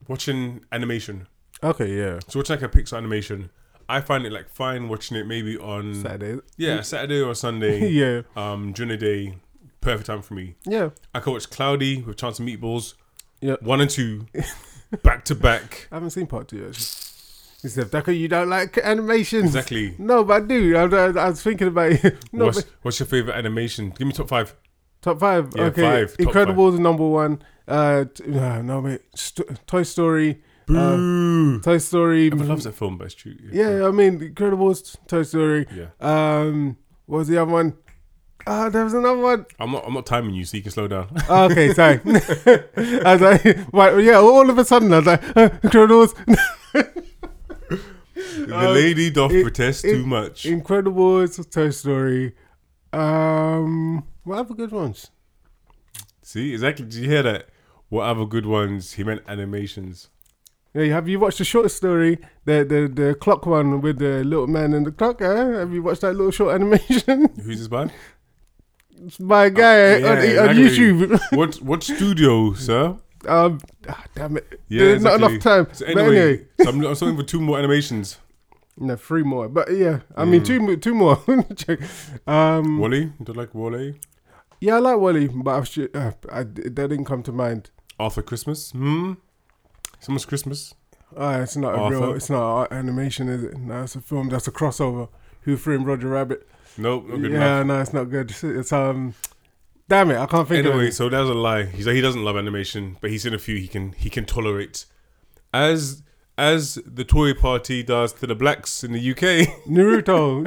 Speaker 12: watching animation.
Speaker 10: Okay, yeah.
Speaker 12: So watching like a Pixar animation, I find it like fine watching it maybe on
Speaker 10: Saturday.
Speaker 12: Yeah, Saturday or Sunday.
Speaker 10: Yeah.
Speaker 12: Um, during the day, perfect time for me.
Speaker 10: Yeah.
Speaker 12: I could watch Cloudy with Chance of Meatballs.
Speaker 10: Yeah.
Speaker 12: One and two, back to back.
Speaker 10: I haven't seen part two actually. He said, Daka, you don't like animations.
Speaker 12: Exactly.
Speaker 10: No, but I do. I, was- I was thinking about it. No,
Speaker 12: what's,
Speaker 10: but-
Speaker 12: what's your favorite animation? Give me top five.
Speaker 10: top five.
Speaker 12: Yeah,
Speaker 10: okay.
Speaker 12: five, top five.
Speaker 10: Incredibles number one. Uh, t- no, no, wait. St- Toy Story. uh,
Speaker 12: Boo.
Speaker 10: Toy Story.
Speaker 12: Everyone loves that film, but it's true. Yeah.
Speaker 10: Yeah, I mean, Incredibles, Toy Story.
Speaker 12: Yeah.
Speaker 10: Um, what was the other one? Ah, there was another one.
Speaker 12: I'm not. I'm not timing you, so you can slow down.
Speaker 10: Oh, okay, sorry. I was like, right, yeah, all of a sudden, I was like, uh, Incredibles.
Speaker 12: the
Speaker 10: Um,
Speaker 12: lady doth
Speaker 10: it-
Speaker 12: protest
Speaker 10: it-
Speaker 12: too much.
Speaker 10: Incredibles, Toy Story. Um, what other good ones?
Speaker 12: See, exactly. Did you hear that? What other good ones? He meant animations.
Speaker 10: Yeah, you- have you watched the short story, the the the clock one with the little man and the clock? Eh? Have you watched that little short animation
Speaker 12: Who's this by?
Speaker 10: It's by a guy Uh, eh, on, on
Speaker 12: Oh, exactly.
Speaker 10: YouTube?
Speaker 12: what what studio, sir?
Speaker 10: Um, ah, damn it,
Speaker 12: Yeah,
Speaker 10: there's not
Speaker 12: exactly.
Speaker 10: enough time.
Speaker 12: So
Speaker 10: But
Speaker 12: anyway,
Speaker 10: anyway,
Speaker 12: so I'm, I'm sorting for two more animations.
Speaker 10: no, three more. But yeah, I mean, two mo- two more. Check. um,
Speaker 12: Wally, do you like Wally?
Speaker 10: yeah, I like Wally, but I've, sh- uh, I, that didn't come to mind.
Speaker 12: Arthur Christmas. Hmm. It's almost Christmas.
Speaker 10: Ah, it's not a real.
Speaker 12: Arthur.
Speaker 10: It's not an animation, is it? No, it's a film. That's a crossover. Who framed Roger Rabbit?
Speaker 12: Nope, not good
Speaker 10: yeah,
Speaker 12: enough.
Speaker 10: no, it's not good. It's, it's, um, damn it, I can't think of
Speaker 12: Anyway,
Speaker 10: it.
Speaker 12: so that was a lie. He's like he doesn't love animation, but he's in a few he can he can tolerate. As as the Tory party does to the blacks in the UK.
Speaker 10: Naruto,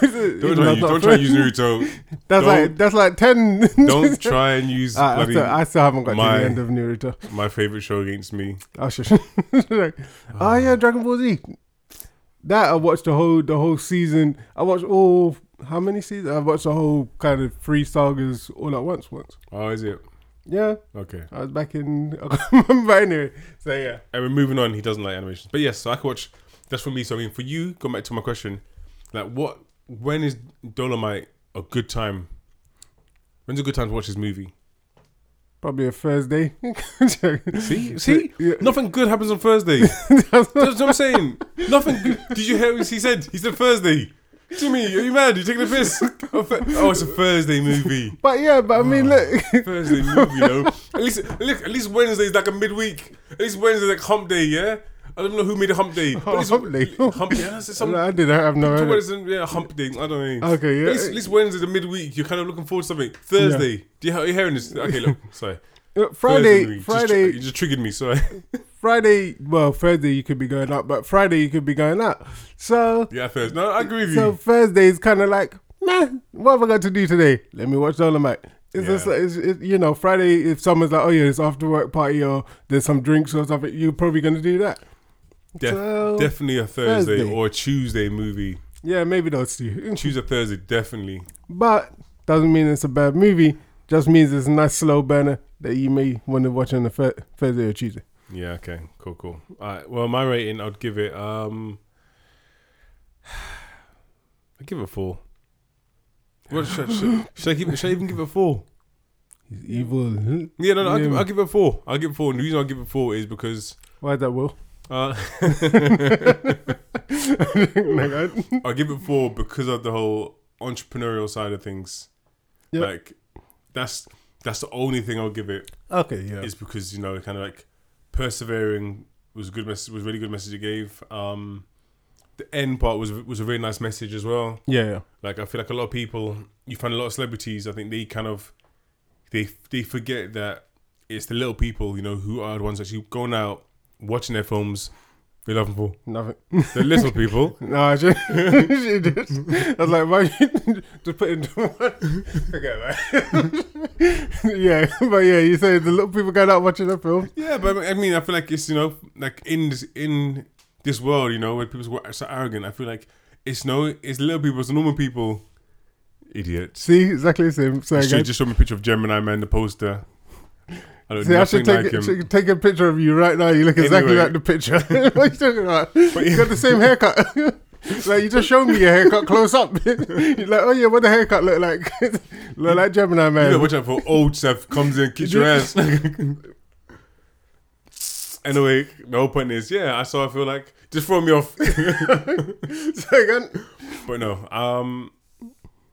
Speaker 12: Don't try, don't try to use Naruto.
Speaker 10: That's
Speaker 12: Don't-
Speaker 10: like that's like ten.
Speaker 12: Don't try and use
Speaker 10: Ah, I,
Speaker 12: bloody
Speaker 10: still, I still haven't got to
Speaker 12: my-
Speaker 10: the end of Naruto.
Speaker 12: My favorite show against me.
Speaker 10: Oh, shush. like, oh
Speaker 12: Ah.
Speaker 10: yeah, Dragon Ball Z. That I watched the whole the whole season. I watched all how many seasons? I watched the whole kind of three sagas all at once. Once.
Speaker 12: Oh, is it?
Speaker 10: Yeah.
Speaker 12: Okay.
Speaker 10: I was back in. I can't remember anyway. So yeah.
Speaker 12: And we're moving on. He doesn't like animations, but yes, so I can watch. That's for me. So I mean, for you, going back to my question, like what? When is Dolomite a good time? When's a good time to watch this movie?
Speaker 10: Probably a Thursday.
Speaker 12: See, see, nothing good happens on Thursday. That's what I'm saying. Nothing. Good. Did you hear what he said? He said Thursday. Jimmy, are you mad? Are you taking a piss? Oh, it's a Thursday movie.
Speaker 10: But yeah, but I mean, look.
Speaker 12: Oh, Thursday movie though. At least, at least, at least Wednesday's like a midweek. At least Wednesday's like hump day. Yeah. I don't know who made a hump day. but
Speaker 10: Oh,
Speaker 12: it's-
Speaker 10: hump day.
Speaker 12: Hump day. that's some-
Speaker 10: I didn't have no
Speaker 12: Two
Speaker 10: idea.
Speaker 12: words in- yeah, hump day. I don't know.
Speaker 10: Okay, yeah.
Speaker 12: At least, at least Wednesday's a midweek. You're kind of looking forward to something. Thursday. Do you, are you hearing this? Okay, look. Sorry.
Speaker 10: Uh, Friday-
Speaker 12: Thursday,
Speaker 10: Friday-
Speaker 12: Just, you just triggered me. Sorry.
Speaker 10: Friday, well, Thursday you could be going out, but Friday you could be going out. So
Speaker 12: Yeah, Thursday. No, I agree with
Speaker 10: So
Speaker 12: you.
Speaker 10: Thursday is kind of like, man, what have I got to do today? Let me watch Dolomite. It's
Speaker 12: Yeah.
Speaker 10: just like, it's, it, you know, Friday, if someone's like, oh yeah, it's after work party or there's some drinks or something, you're probably going to do that.
Speaker 12: Def-
Speaker 10: so,
Speaker 12: definitely a Thursday,
Speaker 10: Thursday.
Speaker 12: or a Tuesday movie.
Speaker 10: Yeah, maybe those two.
Speaker 12: Choose a Thursday, definitely.
Speaker 10: But doesn't mean it's a bad movie, just means it's a nice slow burner that you may want to watch on the Thur- Thursday or Tuesday.
Speaker 12: Yeah, okay. Cool, cool. All right. Well, my rating, I'd give it um I give it a four. What should, should, should I keep it, should I even give it a four?
Speaker 10: He's evil.
Speaker 12: Yeah, no, no, I'll, give,
Speaker 10: Yeah.
Speaker 12: I'll give it a four. I'll give it a four. And the reason I'll give it a four is because
Speaker 10: Why that, Will?
Speaker 12: uh,
Speaker 10: God.
Speaker 12: I'll give it four because of the whole entrepreneurial side of things.
Speaker 10: Yep.
Speaker 12: Like that's that's the only thing I'll give it.
Speaker 10: Okay, yeah.
Speaker 12: Is because you know kind of like persevering was a good message was a really good message it gave. Um, the end part was was a really nice message as well.
Speaker 10: Yeah, yeah.
Speaker 12: Like I feel like a lot of people you find a lot of celebrities. I think they kind of they they forget that it's the little people you know who are the ones actually going out watching their films. They love them for
Speaker 10: Nothing.
Speaker 12: The little people.
Speaker 10: No, I just, she did. I was like, why you just put in okay, man. yeah, but yeah, you say the little people going out watching the film.
Speaker 12: Yeah, but I mean, I feel like it's you know, like in this in this world, you know, where people are so arrogant. I feel like it's no, it's little people, it's normal people, idiots.
Speaker 10: See, exactly the same. So
Speaker 12: You
Speaker 10: I
Speaker 12: should
Speaker 10: guys,
Speaker 12: just show me a picture of Gemini Man, the poster. I don't
Speaker 10: see, I should
Speaker 12: nothing
Speaker 10: take,
Speaker 12: like
Speaker 10: a-
Speaker 12: him.
Speaker 10: should take a picture of you right now. You look exactly
Speaker 12: Anyway.
Speaker 10: like the picture. what are you talking about? You got the same haircut. like you just showed me your haircut close up. You're like, oh yeah, what the haircut look like? look like Gemini man.
Speaker 12: You know, watch out for old stuff comes in, kicks your ass. anyway, the whole point is, yeah, I saw. I feel like just throw me off.
Speaker 10: Second,
Speaker 12: but no, um,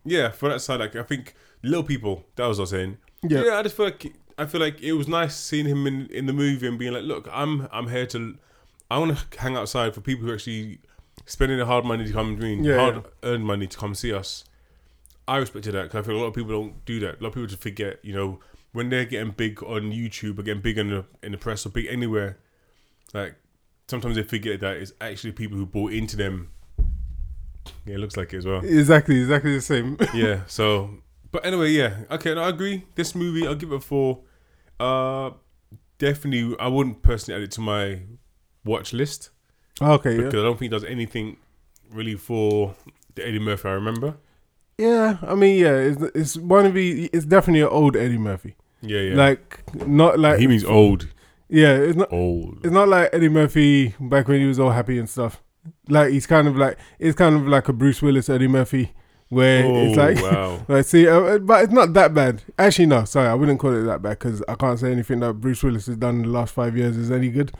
Speaker 12: yeah, for that side, like I think little people. That was what I was saying.
Speaker 10: Yeah.
Speaker 12: I just feel like I feel like it was nice seeing him in in the movie and being like, look, I'm I'm here to, I want to hang outside for people who actually spending the hard money to come, I mean,
Speaker 10: Yeah,
Speaker 12: hard
Speaker 10: yeah.
Speaker 12: earned money to come see us. I respected that because I feel a lot of people don't do that. A lot of people just forget, you know, when they're getting big on YouTube or getting big in the in the press or big anywhere, like sometimes they forget that it's actually people who bought into them. Yeah, it looks like it as well.
Speaker 10: Exactly, exactly the same.
Speaker 12: yeah. So, but anyway, yeah. Okay, no, I agree. This movie, I'll give it a four. Uh, definitely, I wouldn't personally add it to my watch list.
Speaker 10: Okay, yeah.
Speaker 12: Because I don't think it does anything really for the Eddie Murphy I remember.
Speaker 10: Yeah, I mean, yeah, it's, it's one of the. It's definitely an old Eddie Murphy.
Speaker 12: Yeah, yeah.
Speaker 10: Like not like
Speaker 12: He means old.
Speaker 10: Yeah, it's not
Speaker 12: old.
Speaker 10: It's not like Eddie Murphy back when he was all happy and stuff. Like he's kind of like it's kind of like a Bruce Willis Eddie Murphy where
Speaker 12: Oh,
Speaker 10: it's like
Speaker 12: wow.
Speaker 10: like see, uh, uh, but it's not that bad. Actually, no, sorry, I wouldn't call it that bad because I can't say anything that Bruce Willis has done in the last five years is any good.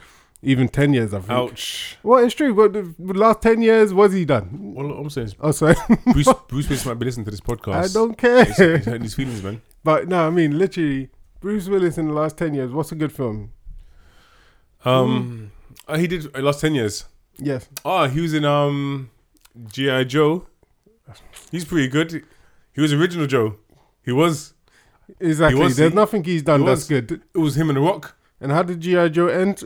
Speaker 10: Even ten years, I think.
Speaker 12: Ouch.
Speaker 10: Well, it's true. But the the last ten years, what's he done?
Speaker 12: Well, I'm saying is
Speaker 10: Oh, sorry.
Speaker 12: Bruce Bruce Willis might be listening to this podcast.
Speaker 10: I don't care.
Speaker 12: He's, he's hurting his feelings, man.
Speaker 10: But no, I mean literally, Bruce Willis in the last ten years. What's a good film?
Speaker 12: Um, uh, he did uh, last ten years.
Speaker 10: Yes.
Speaker 12: Oh, he was in um, GI Joe. He's pretty good. He was original Joe. He was.
Speaker 10: Exactly.
Speaker 12: He was-
Speaker 10: There's nothing he's done
Speaker 12: he was.
Speaker 10: that's good.
Speaker 12: It was him and The Rock.
Speaker 10: And how did G.I. Joe end?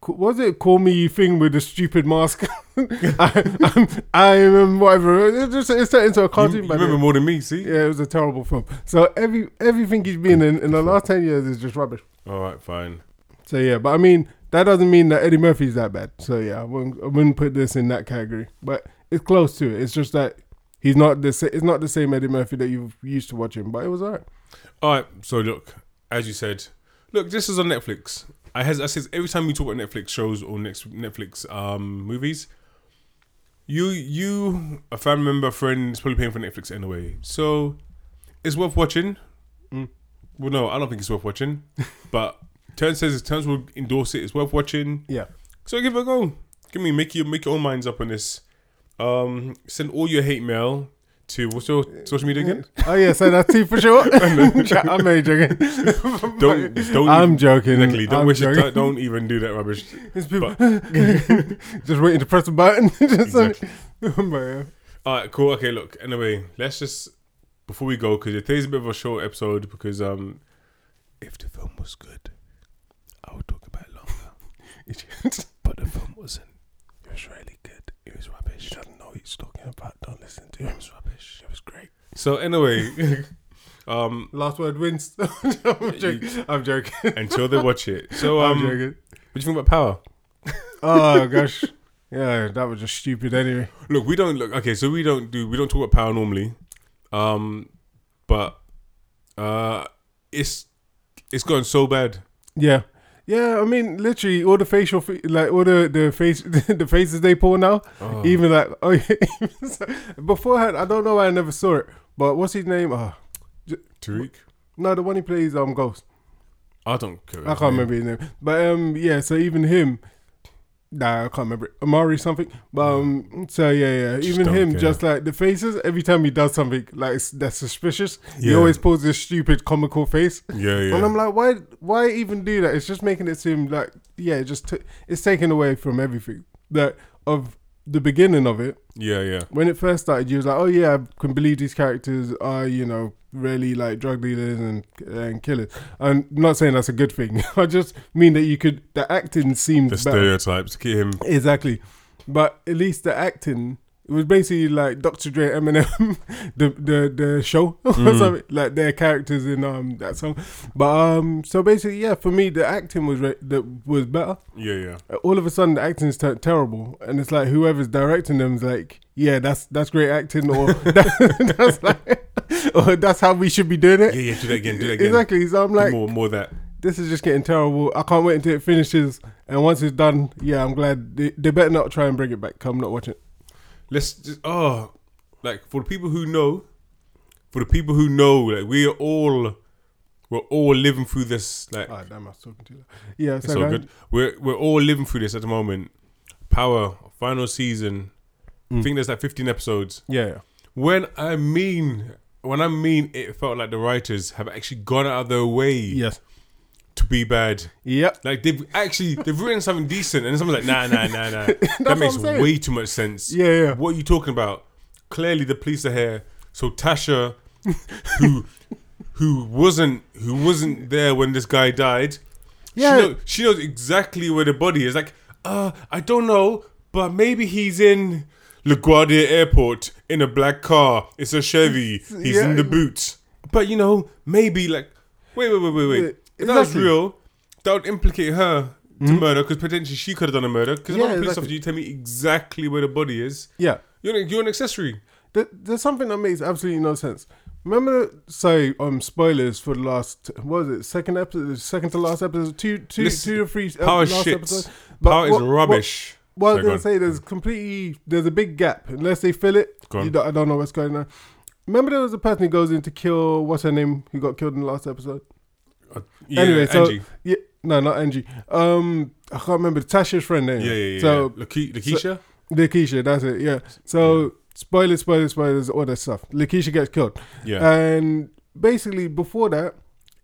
Speaker 10: Co- Was it call me thing with a stupid mask? I, I'm, I'm whatever. It just it's turned into a cartoon.
Speaker 12: you
Speaker 10: by
Speaker 12: remember
Speaker 10: then.
Speaker 12: more than me, see?
Speaker 10: Yeah, it was a terrible film. So every everything he's been in in the last ten years is just rubbish.
Speaker 12: All right, fine.
Speaker 10: So yeah, but I mean that doesn't mean that Eddie Murphy's that bad. So yeah, I wouldn't, I wouldn't put this in that category, but it's close to it. It's just that he's not the sa- it's not the same Eddie Murphy that you've used to watching, but it was alright.
Speaker 12: All right. So look, as you said, look, this is on Netflix. I has I says every time we talk about Netflix shows or next Netflix um movies, you you a family member a friend is probably paying for Netflix anyway, so it's worth watching. Well, no, I don't think it's worth watching, but Turn says his Turns will endorse it. It's worth watching.
Speaker 10: Yeah.
Speaker 12: So give it a go. Give me make your make your own minds up on this. Um, send all your hate mail to what's your social media again?
Speaker 10: Oh yeah, so that's T for sure. I'm only joking.
Speaker 12: don't, don't
Speaker 10: I'm
Speaker 12: even-
Speaker 10: joking.
Speaker 12: Exactly. Don't
Speaker 10: I'm
Speaker 12: wish it,
Speaker 10: joking.
Speaker 12: don't, don't even do that rubbish.
Speaker 10: It's people
Speaker 12: But-
Speaker 10: just waiting to press a button. Just oh, so-
Speaker 12: Exactly.
Speaker 10: But, yeah.
Speaker 12: All right, cool. Okay, look. Anyway, let's just before we go because today's a bit of a short episode because um, if the film was good, I would talk about it longer. but the film wasn't. It was really good. It was rubbish. He doesn't know what he's talking about. Don't listen to him. It was rubbish. It was great. So anyway, um,
Speaker 10: last word wins. I'm joking. I'm joking.
Speaker 12: until they watch it. So
Speaker 10: I'm
Speaker 12: um, what
Speaker 10: joking.
Speaker 12: do you think about Power?
Speaker 10: Oh gosh, yeah, that was just stupid. Anyway,
Speaker 12: Look, we don't look okay, so we don't do we don't talk about power normally. Um but uh it's it's gone so bad.
Speaker 10: yeah, yeah. I mean, literally, all the facial, fe- like all the the face, the faces they pull now.
Speaker 12: Oh.
Speaker 10: Even like, oh yeah. Beforehand, I don't know why I never saw it, but what's his name? Oh, j-
Speaker 12: Tariq.
Speaker 10: No, the one he plays um Ghost.
Speaker 12: I don't care.
Speaker 10: I can't remember his name, but um, yeah. So even him, nah, I can't remember it. Amari something. But um, so yeah, yeah. even
Speaker 12: don't
Speaker 10: him,
Speaker 12: care.
Speaker 10: just like the faces. Every time he does something like s- that's suspicious, he
Speaker 12: Yeah.
Speaker 10: always pulls this stupid comical face.
Speaker 12: Yeah, yeah.
Speaker 10: And I'm like, why, why even do that? It's just making it seem like, yeah, it just t- it's taken away from everything that of the beginning of it
Speaker 12: Yeah, yeah.
Speaker 10: when it first started, you was like, "Oh yeah, I can believe these characters are, you know, really like drug dealers and and killers." I'm not saying that's a good thing. I just mean that you could the acting seemed
Speaker 12: The
Speaker 10: better.
Speaker 12: stereotypes. Get him
Speaker 10: exactly, but at least the acting it was basically like Dr. Dre, Eminem, the the the show or
Speaker 12: Mm.
Speaker 10: something like their characters in um that song. But um, so basically, yeah, for me the acting was re- that was better
Speaker 12: Yeah, yeah.
Speaker 10: all of a sudden the acting's ter- terrible and it's like whoever's directing them's like yeah that's that's great acting or that, that's like or that's how we should be doing it
Speaker 12: Yeah, yeah, do that again, do that again.
Speaker 10: exactly so i'm
Speaker 12: Do
Speaker 10: like
Speaker 12: more more of that.
Speaker 10: this is just getting terrible i can't wait until it finishes and once it's done yeah i'm glad they, they better not try and bring it back come not watch it
Speaker 12: Let's just oh like for the people who know for the people who know, like we're all we're all living through this like
Speaker 10: ah damn i was talking too loud yeah
Speaker 12: It's
Speaker 10: so
Speaker 12: all
Speaker 10: guys-
Speaker 12: good. We're we're all living through this at the moment. Power final season.
Speaker 10: Mm.
Speaker 12: I think there's like 15 episodes.
Speaker 10: Yeah, yeah.
Speaker 12: When I mean when I mean it felt like the writers have actually gone out of their way.
Speaker 10: Yes.
Speaker 12: To be bad.
Speaker 10: Yep.
Speaker 12: Like they've actually they've written something decent and something like nah nah nah nah. that
Speaker 10: what
Speaker 12: makes
Speaker 10: I'm saying.
Speaker 12: way too much sense.
Speaker 10: Yeah, yeah.
Speaker 12: What are you talking about? Clearly the police are here. So Tasha, who who wasn't who wasn't there when this guy died,
Speaker 10: Yeah.
Speaker 12: she, know, she knows exactly where the body is. Like, uh, I don't know, but maybe he's in LaGuardia Airport in a black car. It's a Chevy. He's
Speaker 10: yeah.
Speaker 12: in the boot. But you know, maybe like, wait, wait, wait, wait, wait. If that was
Speaker 10: exactly. Hmm?
Speaker 12: real, that would implicate her to murder because potentially she could have done a murder. Because
Speaker 10: Yeah,
Speaker 12: if I'm a police
Speaker 10: exactly.
Speaker 12: officer, you tell me exactly where the body is.
Speaker 10: Yeah.
Speaker 12: you're an, you're an accessory.
Speaker 10: There, there's something that makes absolutely no sense. Remember, so um, spoilers for the last what was it second episode, second to last episode, two, two,
Speaker 12: Listen,
Speaker 10: two or three. uh,
Speaker 12: power
Speaker 10: last
Speaker 12: shit.
Speaker 10: episode.
Speaker 12: Power is rubbish.
Speaker 10: What, what I was
Speaker 12: Sorry, go
Speaker 10: gonna
Speaker 12: on.
Speaker 10: say, there's completely there's a big gap unless they fill it.
Speaker 12: Go on.
Speaker 10: You don't, I don't know what's going on. Remember, there was a person who goes in to kill what's her name who got killed in the last episode.
Speaker 12: Yeah,
Speaker 10: anyway, so
Speaker 12: Angie.
Speaker 10: yeah, no, not Angie. Um, I can't remember Tasha's friend name.
Speaker 12: Yeah, yeah, yeah,
Speaker 10: So
Speaker 12: yeah. Lake- Lakeisha?
Speaker 10: so- Lakeisha, that's it. Yeah. So spoilers, spoilers, spoilers, all that stuff. Lakeisha gets killed.
Speaker 12: Yeah.
Speaker 10: And basically, before that,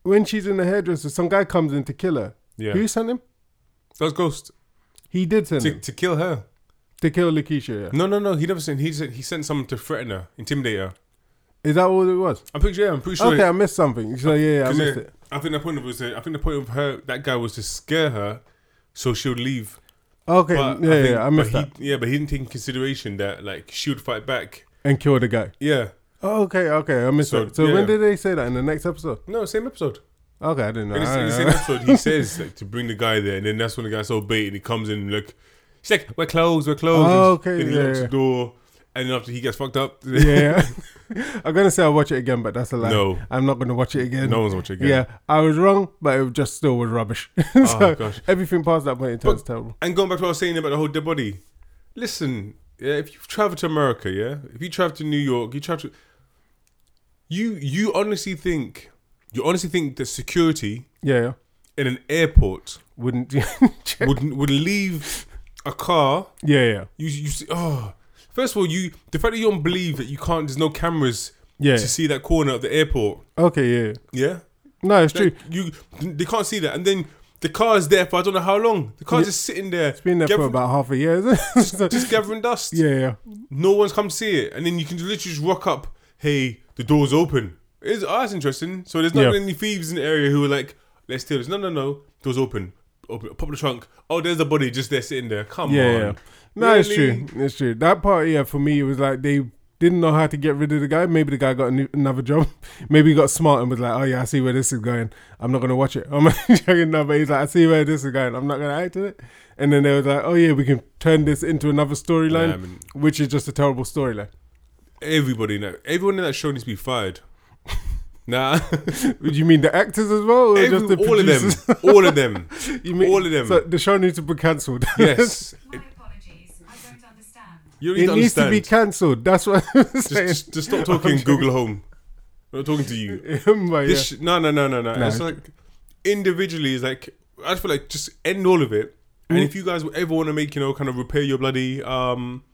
Speaker 10: when she's in the hairdresser, some guy comes in to kill her.
Speaker 12: Yeah.
Speaker 10: Who sent him?
Speaker 12: That was Ghost.
Speaker 10: He did send
Speaker 12: to, Mm.
Speaker 10: him.
Speaker 12: to kill her.
Speaker 10: To kill Lakeisha, yeah.
Speaker 12: No, no, no. He never sent. He sent. He sent someone to threaten her, intimidate her.
Speaker 10: Is that what it was?
Speaker 12: I'm pretty sure. I'm pretty sure.
Speaker 10: Okay, I missed something. So yeah, yeah I
Speaker 12: 'Cause, uh,
Speaker 10: missed it.
Speaker 12: I think the point of it was. that- I think the point of her that guy was to scare her, so she would leave.
Speaker 10: Okay, yeah, yeah, I missed
Speaker 12: but he, Yeah, but he didn't take in consideration that like she would fight back.
Speaker 10: And kill the guy.
Speaker 12: Yeah.
Speaker 10: Oh, okay, okay, I missed
Speaker 12: So,
Speaker 10: it. So
Speaker 12: yeah.
Speaker 10: when did they say that in the next episode?
Speaker 12: No, same episode.
Speaker 10: Okay, I didn't know.
Speaker 12: In the,
Speaker 10: I
Speaker 12: in the
Speaker 10: don't
Speaker 12: same
Speaker 10: know.
Speaker 12: episode, he says like, to bring the guy there, and then that's when the guy's so bait, and he comes in like, she's like, "We're closed, we're closed."
Speaker 10: Oh,
Speaker 12: and
Speaker 10: okay,
Speaker 12: Then he
Speaker 10: yeah,
Speaker 12: locks
Speaker 10: yeah.
Speaker 12: the door, and then after he gets fucked up.
Speaker 10: yeah. I'm gonna say I'll watch it again, but that's a lie.
Speaker 12: No.
Speaker 10: I'm not gonna watch it again.
Speaker 12: No one's watching it again. Oh,
Speaker 10: Yeah, I was wrong, but it just still was rubbish. so
Speaker 12: gosh.
Speaker 10: everything past that point in time is terrible.
Speaker 12: And going back to what I was saying about the whole dead body, listen, yeah, if you've traveled to America, yeah, if you travel to New York, you travel to, you you honestly think you honestly think that security
Speaker 10: Yeah, yeah.
Speaker 12: in an airport
Speaker 10: wouldn't
Speaker 12: would would leave a car.
Speaker 10: Yeah, yeah.
Speaker 12: You you see, oh, first of all, you the fact that you don't believe that you can't. There's no cameras.
Speaker 10: Yeah.
Speaker 12: to see that corner of the airport.
Speaker 10: Okay, yeah.
Speaker 12: Yeah.
Speaker 10: No, it's
Speaker 12: Like,
Speaker 10: true.
Speaker 12: You they can't see that, and then the car is there for I don't know how long. The car's
Speaker 10: Yeah.
Speaker 12: just sitting there. It's
Speaker 10: Been there for about half a year. just,
Speaker 12: just gathering dust.
Speaker 10: Yeah, yeah.
Speaker 12: No one's come see it, and then you can literally just rock up. Hey, the door's open. It's oh, that's interesting. So there's not
Speaker 10: Yeah.
Speaker 12: any thieves in the area who are like, let's steal this. No, no, no. Door's open. Open. Pop the trunk. Oh, there's a body just there sitting there. Come
Speaker 10: yeah,
Speaker 12: on.
Speaker 10: yeah. No, it's true. It's true. That part, yeah, for me, it was like they didn't know how to get rid of the guy. Maybe the guy got a new, another job. Maybe he got smart and was like, "Oh yeah, I see where this is going. I'm not gonna watch it." I'm checking no, but he's like, "I see where this is going. I'm not gonna act on it." And then they was like, "Oh yeah, we can turn this into another storyline,
Speaker 12: Yeah, I mean-
Speaker 10: which is just a terrible storyline."
Speaker 12: Everybody now. Everyone in that show needs to be fired. Nah.
Speaker 10: Would you mean the actors as well, or
Speaker 12: Every-
Speaker 10: just the
Speaker 12: all of them.
Speaker 10: producers?
Speaker 12: All of them.
Speaker 10: you mean
Speaker 12: all of them.
Speaker 10: So the show needs to be cancelled.
Speaker 12: yes. It, you
Speaker 10: it
Speaker 12: don't
Speaker 10: needs to
Speaker 12: understand.
Speaker 10: be cancelled. That's what I'm saying.
Speaker 12: just, just stop talking Google Home. I'm not talking to you.
Speaker 10: But
Speaker 12: This
Speaker 10: yeah.
Speaker 12: sh- no, no, no, no, no.
Speaker 10: No.
Speaker 12: It's like individually, it's like I just feel like just end all of it. And
Speaker 10: Mm.
Speaker 12: if you guys would ever want to make, you know, kind of repair your bloody um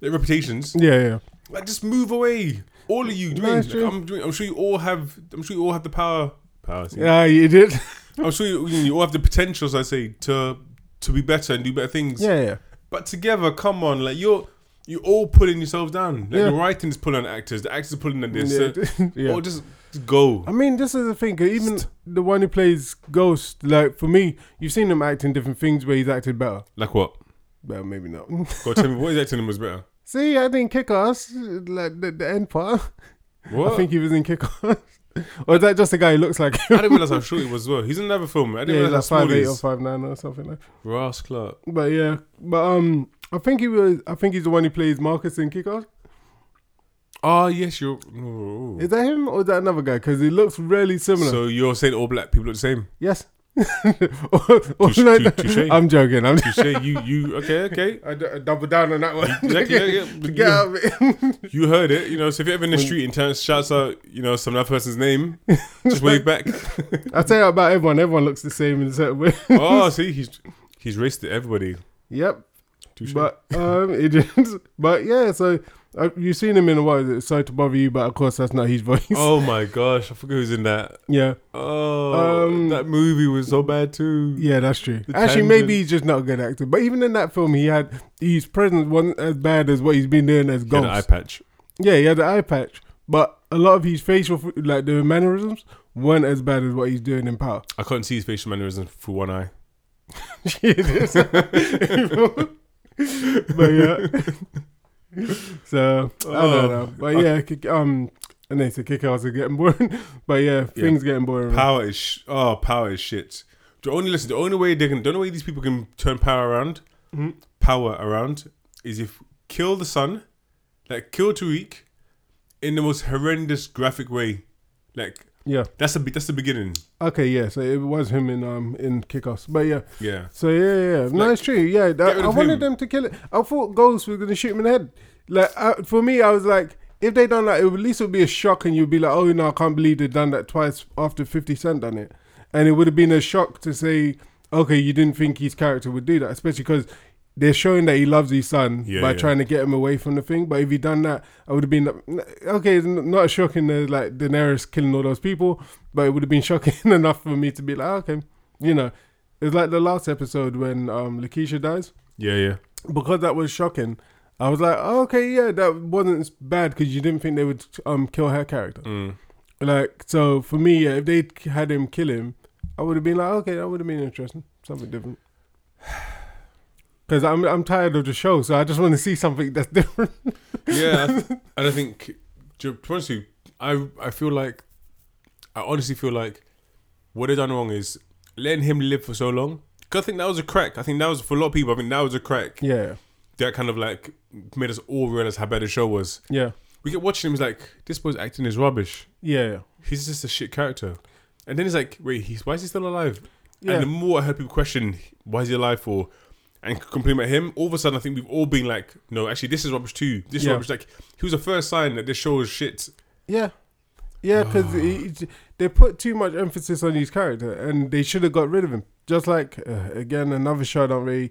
Speaker 12: reputations,
Speaker 10: Yeah, yeah.
Speaker 12: like just move away. All of you, do
Speaker 10: No,
Speaker 12: it.
Speaker 10: it's
Speaker 12: Like,
Speaker 10: true.
Speaker 12: I'm doing. I'm sure you all have. I'm sure you all have the power. Power. see.
Speaker 10: Yeah, you did.
Speaker 12: I'm sure you, you all have the potential, as I say, to to be better and do better things.
Speaker 10: Yeah, yeah.
Speaker 12: But together, come on, like you're you're all pulling yourselves down. Like
Speaker 10: Yeah.
Speaker 12: the writing's pulling on actors, the actors are pulling on this.
Speaker 10: Yeah.
Speaker 12: uh,
Speaker 10: Yeah.
Speaker 12: Or just, just go.
Speaker 10: I mean, this is the thing. 'cause Even the one who plays Ghost, like for me, you've seen him act in different things where he's acted better.
Speaker 12: Like what?
Speaker 10: Well, maybe not.
Speaker 12: God, tell me what is acting was better.
Speaker 10: See, I think Kick Ass, like the, the end part.
Speaker 12: What?
Speaker 10: I think he was in Kick Ass. or is that just a guy who looks like him?
Speaker 12: I didn't realize how short he was as well. He's in another film. I didn't
Speaker 10: yeah, he's
Speaker 12: realize how
Speaker 10: like five
Speaker 12: small he
Speaker 10: eight or
Speaker 12: is.
Speaker 10: five nine or something like.
Speaker 12: Ross Clark.
Speaker 10: But yeah, but um, I think he was. I think he's the one who plays Marcus in Kick Ass.
Speaker 12: Oh yes, you're. ooh.
Speaker 10: Is that him or is that another guy? Because he looks really similar.
Speaker 12: So you're saying all black people look the same?
Speaker 10: yes. Or- or
Speaker 12: Touche-
Speaker 10: like-
Speaker 12: touche.
Speaker 10: I'm joking. I'm
Speaker 12: Touche, you, you, okay, okay.
Speaker 10: I, d- I double down on that one.
Speaker 12: Exactly, yeah, yeah.
Speaker 10: To get out of it.
Speaker 12: You heard it, you know. So if you're ever in the street and turns shouts out, you know, some other person's name, just wave back.
Speaker 10: I tell you about everyone. Everyone looks the same in a certain way.
Speaker 12: oh, see, he's he's racist to everybody.
Speaker 10: Yep. But um, it is. But yeah, so uh, you've seen him in a while. It's Sorry to bother you, but of course that's not his voice.
Speaker 12: Oh my gosh, I forgot who's in that.
Speaker 10: Yeah.
Speaker 12: Oh, that movie was so bad too.
Speaker 10: Um, Yeah, that's true.
Speaker 12: The
Speaker 10: Actually,
Speaker 12: tangent.
Speaker 10: maybe he's just not a good actor. But even in that film, he had his presence wasn't as bad as what he's been doing as
Speaker 12: had
Speaker 10: Ghost.
Speaker 12: an eye patch.
Speaker 10: Yeah, he had an eye patch, but a lot of his facial, f- like the mannerisms, weren't as bad as what he's doing in Power.
Speaker 12: I couldn't see his facial mannerisms through one eye.
Speaker 10: but yeah. so I
Speaker 12: Oh.
Speaker 10: don't know. But yeah, kick, um, and they said kickouts are getting boring. But yeah, things getting boring.
Speaker 12: Power is sh- oh, power is shit. The only listen, the only way they can, the only way these people can turn power around, power around, is if kill the son, like kill Tariq, in the most horrendous graphic way, like
Speaker 10: Yeah.
Speaker 12: that's the be- that's the beginning.
Speaker 10: Okay, yeah. So it was him in um in kickoffs, but yeah,
Speaker 12: Yeah.
Speaker 10: So yeah, yeah, yeah. no, it's true. Yeah, that-
Speaker 12: rid
Speaker 10: I
Speaker 12: of
Speaker 10: wanted
Speaker 12: him.
Speaker 10: them to kill it. I thought Ghost was gonna shoot him in the head. Like I, for me, I was like, if they done that, it would, at least it would be a shock, and you'd be like, oh no, I can't believe they done that twice after Fifty Cent done it, and it would have been a shock to say, okay, you didn't think his character would do that, especially because. They're showing that he loves his son
Speaker 12: Yeah,
Speaker 10: by
Speaker 12: yeah.
Speaker 10: trying to get him away from the thing. But if he done that, I would have been like, okay. It's n- not shocking, uh, like Daenerys killing all those people, but it would have been shocking enough for me to be like, okay, you know, It's like the last episode when um, Lakeisha dies.
Speaker 12: Yeah, yeah.
Speaker 10: Because that was shocking. I was like, oh, okay, yeah, that wasn't s- bad because you didn't think they would um, kill her character.
Speaker 12: Mm.
Speaker 10: Like, so for me, yeah, if they k- had him kill him, I would have been like, okay, that would have been interesting, something different. Because I'm I'm tired of the show, so I just want to see something that's different.
Speaker 12: yeah, I th- and I think to to be honest with you, I I feel like I honestly feel like what they done wrong is letting him live for so long. 'Cause I think that was a crack. I think that was for a lot of people. I think that was a crack.
Speaker 10: Yeah.
Speaker 12: that kind of like made us all realize how bad the show was.
Speaker 10: Yeah.
Speaker 12: we kept watching him. It's like this boy's acting is rubbish.
Speaker 10: Yeah.
Speaker 12: he's just a shit character. And then it's like, wait, he's why is he still alive?
Speaker 10: Yeah.
Speaker 12: And the more I heard people question why is he alive for, and compliment him, all of a sudden I think we've all been like, no, actually this is rubbish too. This is
Speaker 10: Yeah.
Speaker 12: rubbish. Like he was the first sign that this show is shit.
Speaker 10: Yeah, yeah, because they put too much emphasis on his character, and they should have got rid of him. Just like uh, again, another show I don't really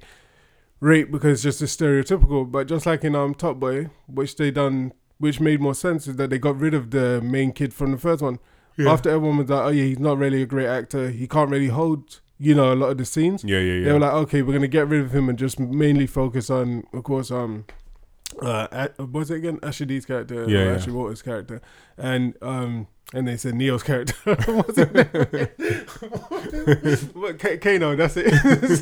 Speaker 10: rate because it's just a stereotypical. But just like in um Top Boy, which they done, which made more sense is that they got rid of the main kid from the first one.
Speaker 12: Yeah.
Speaker 10: After everyone was like, oh yeah, he's not really a great actor. He can't really hold. You know a lot of the scenes.
Speaker 12: Yeah, yeah,
Speaker 10: They
Speaker 12: yeah.
Speaker 10: were like, okay, we're gonna get rid of him and just mainly focus on, of course, um, uh, A- what's it again? Ashley D's character,
Speaker 12: Yeah,
Speaker 10: yeah,
Speaker 12: yeah.
Speaker 10: Ashley Waters' character, and um, and they said Neo's character. What's his name? What, Ka- Kano, that's it.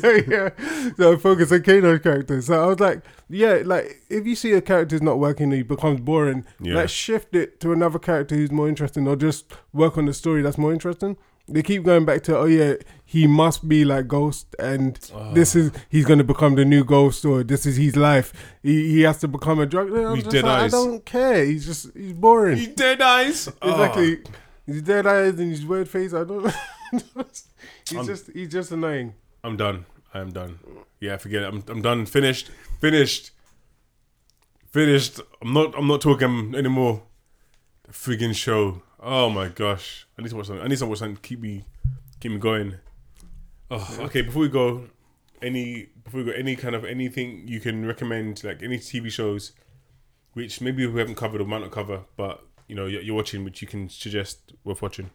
Speaker 10: so yeah, so I focus on Kano's character. So I was like, yeah, like if you see a character's not working, and he becomes boring.
Speaker 12: Yeah.
Speaker 10: Let's shift it to another character who's more interesting, or just work on the story that's more interesting. They keep going back to, oh yeah, he must be like Ghost, and this is he's going to become the new Ghost, or this is his life. He, he has to become a drug. I'm
Speaker 12: He's
Speaker 10: just
Speaker 12: dead
Speaker 10: like,
Speaker 12: eyes.
Speaker 10: I don't care. He's just he's boring.
Speaker 12: He Ah. dead eyes.
Speaker 10: exactly. He's dead eyes and his weird face. I don't. he's
Speaker 12: I'm-
Speaker 10: just he's just annoying.
Speaker 12: I'm done. I am done. Yeah, forget it. I'm I'm done. Finished. Finished. Finished. I'm not I'm not talking anymore. The friggin' show. Oh my gosh. I need to watch something. I need to watch something. to Keep me keep me going. Oh, okay, before we go, any before we go, any kind of anything you can recommend, like any TV shows which maybe we haven't covered or might not cover, but you know, you're, you're watching which you can suggest worth watching.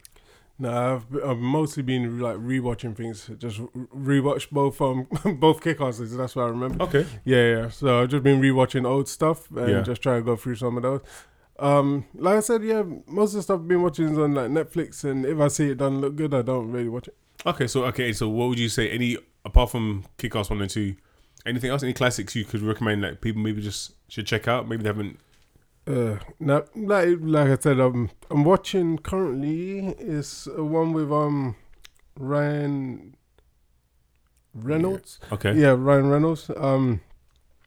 Speaker 10: No, I've, I've mostly been like rewatching things. Just rewatch both um both kickasses. That's what I remember.
Speaker 12: Okay.
Speaker 10: Yeah, yeah. So I've just been rewatching old stuff and
Speaker 12: Yeah.
Speaker 10: just trying to go through some of those. Um, like I said, yeah, most of the stuff I've been watching is on like Netflix, and if I see it doesn't look good, I don't really watch it.
Speaker 12: Okay, so okay, so what would you say? Any apart from Kick Ass One and Two, anything else? Any classics you could recommend that people maybe just should check out? Maybe they haven't.
Speaker 10: Uh, no, like like I said, um, I'm watching currently is uh, one with um Ryan Reynolds.
Speaker 12: Okay.
Speaker 10: Yeah, Ryan Reynolds. Um,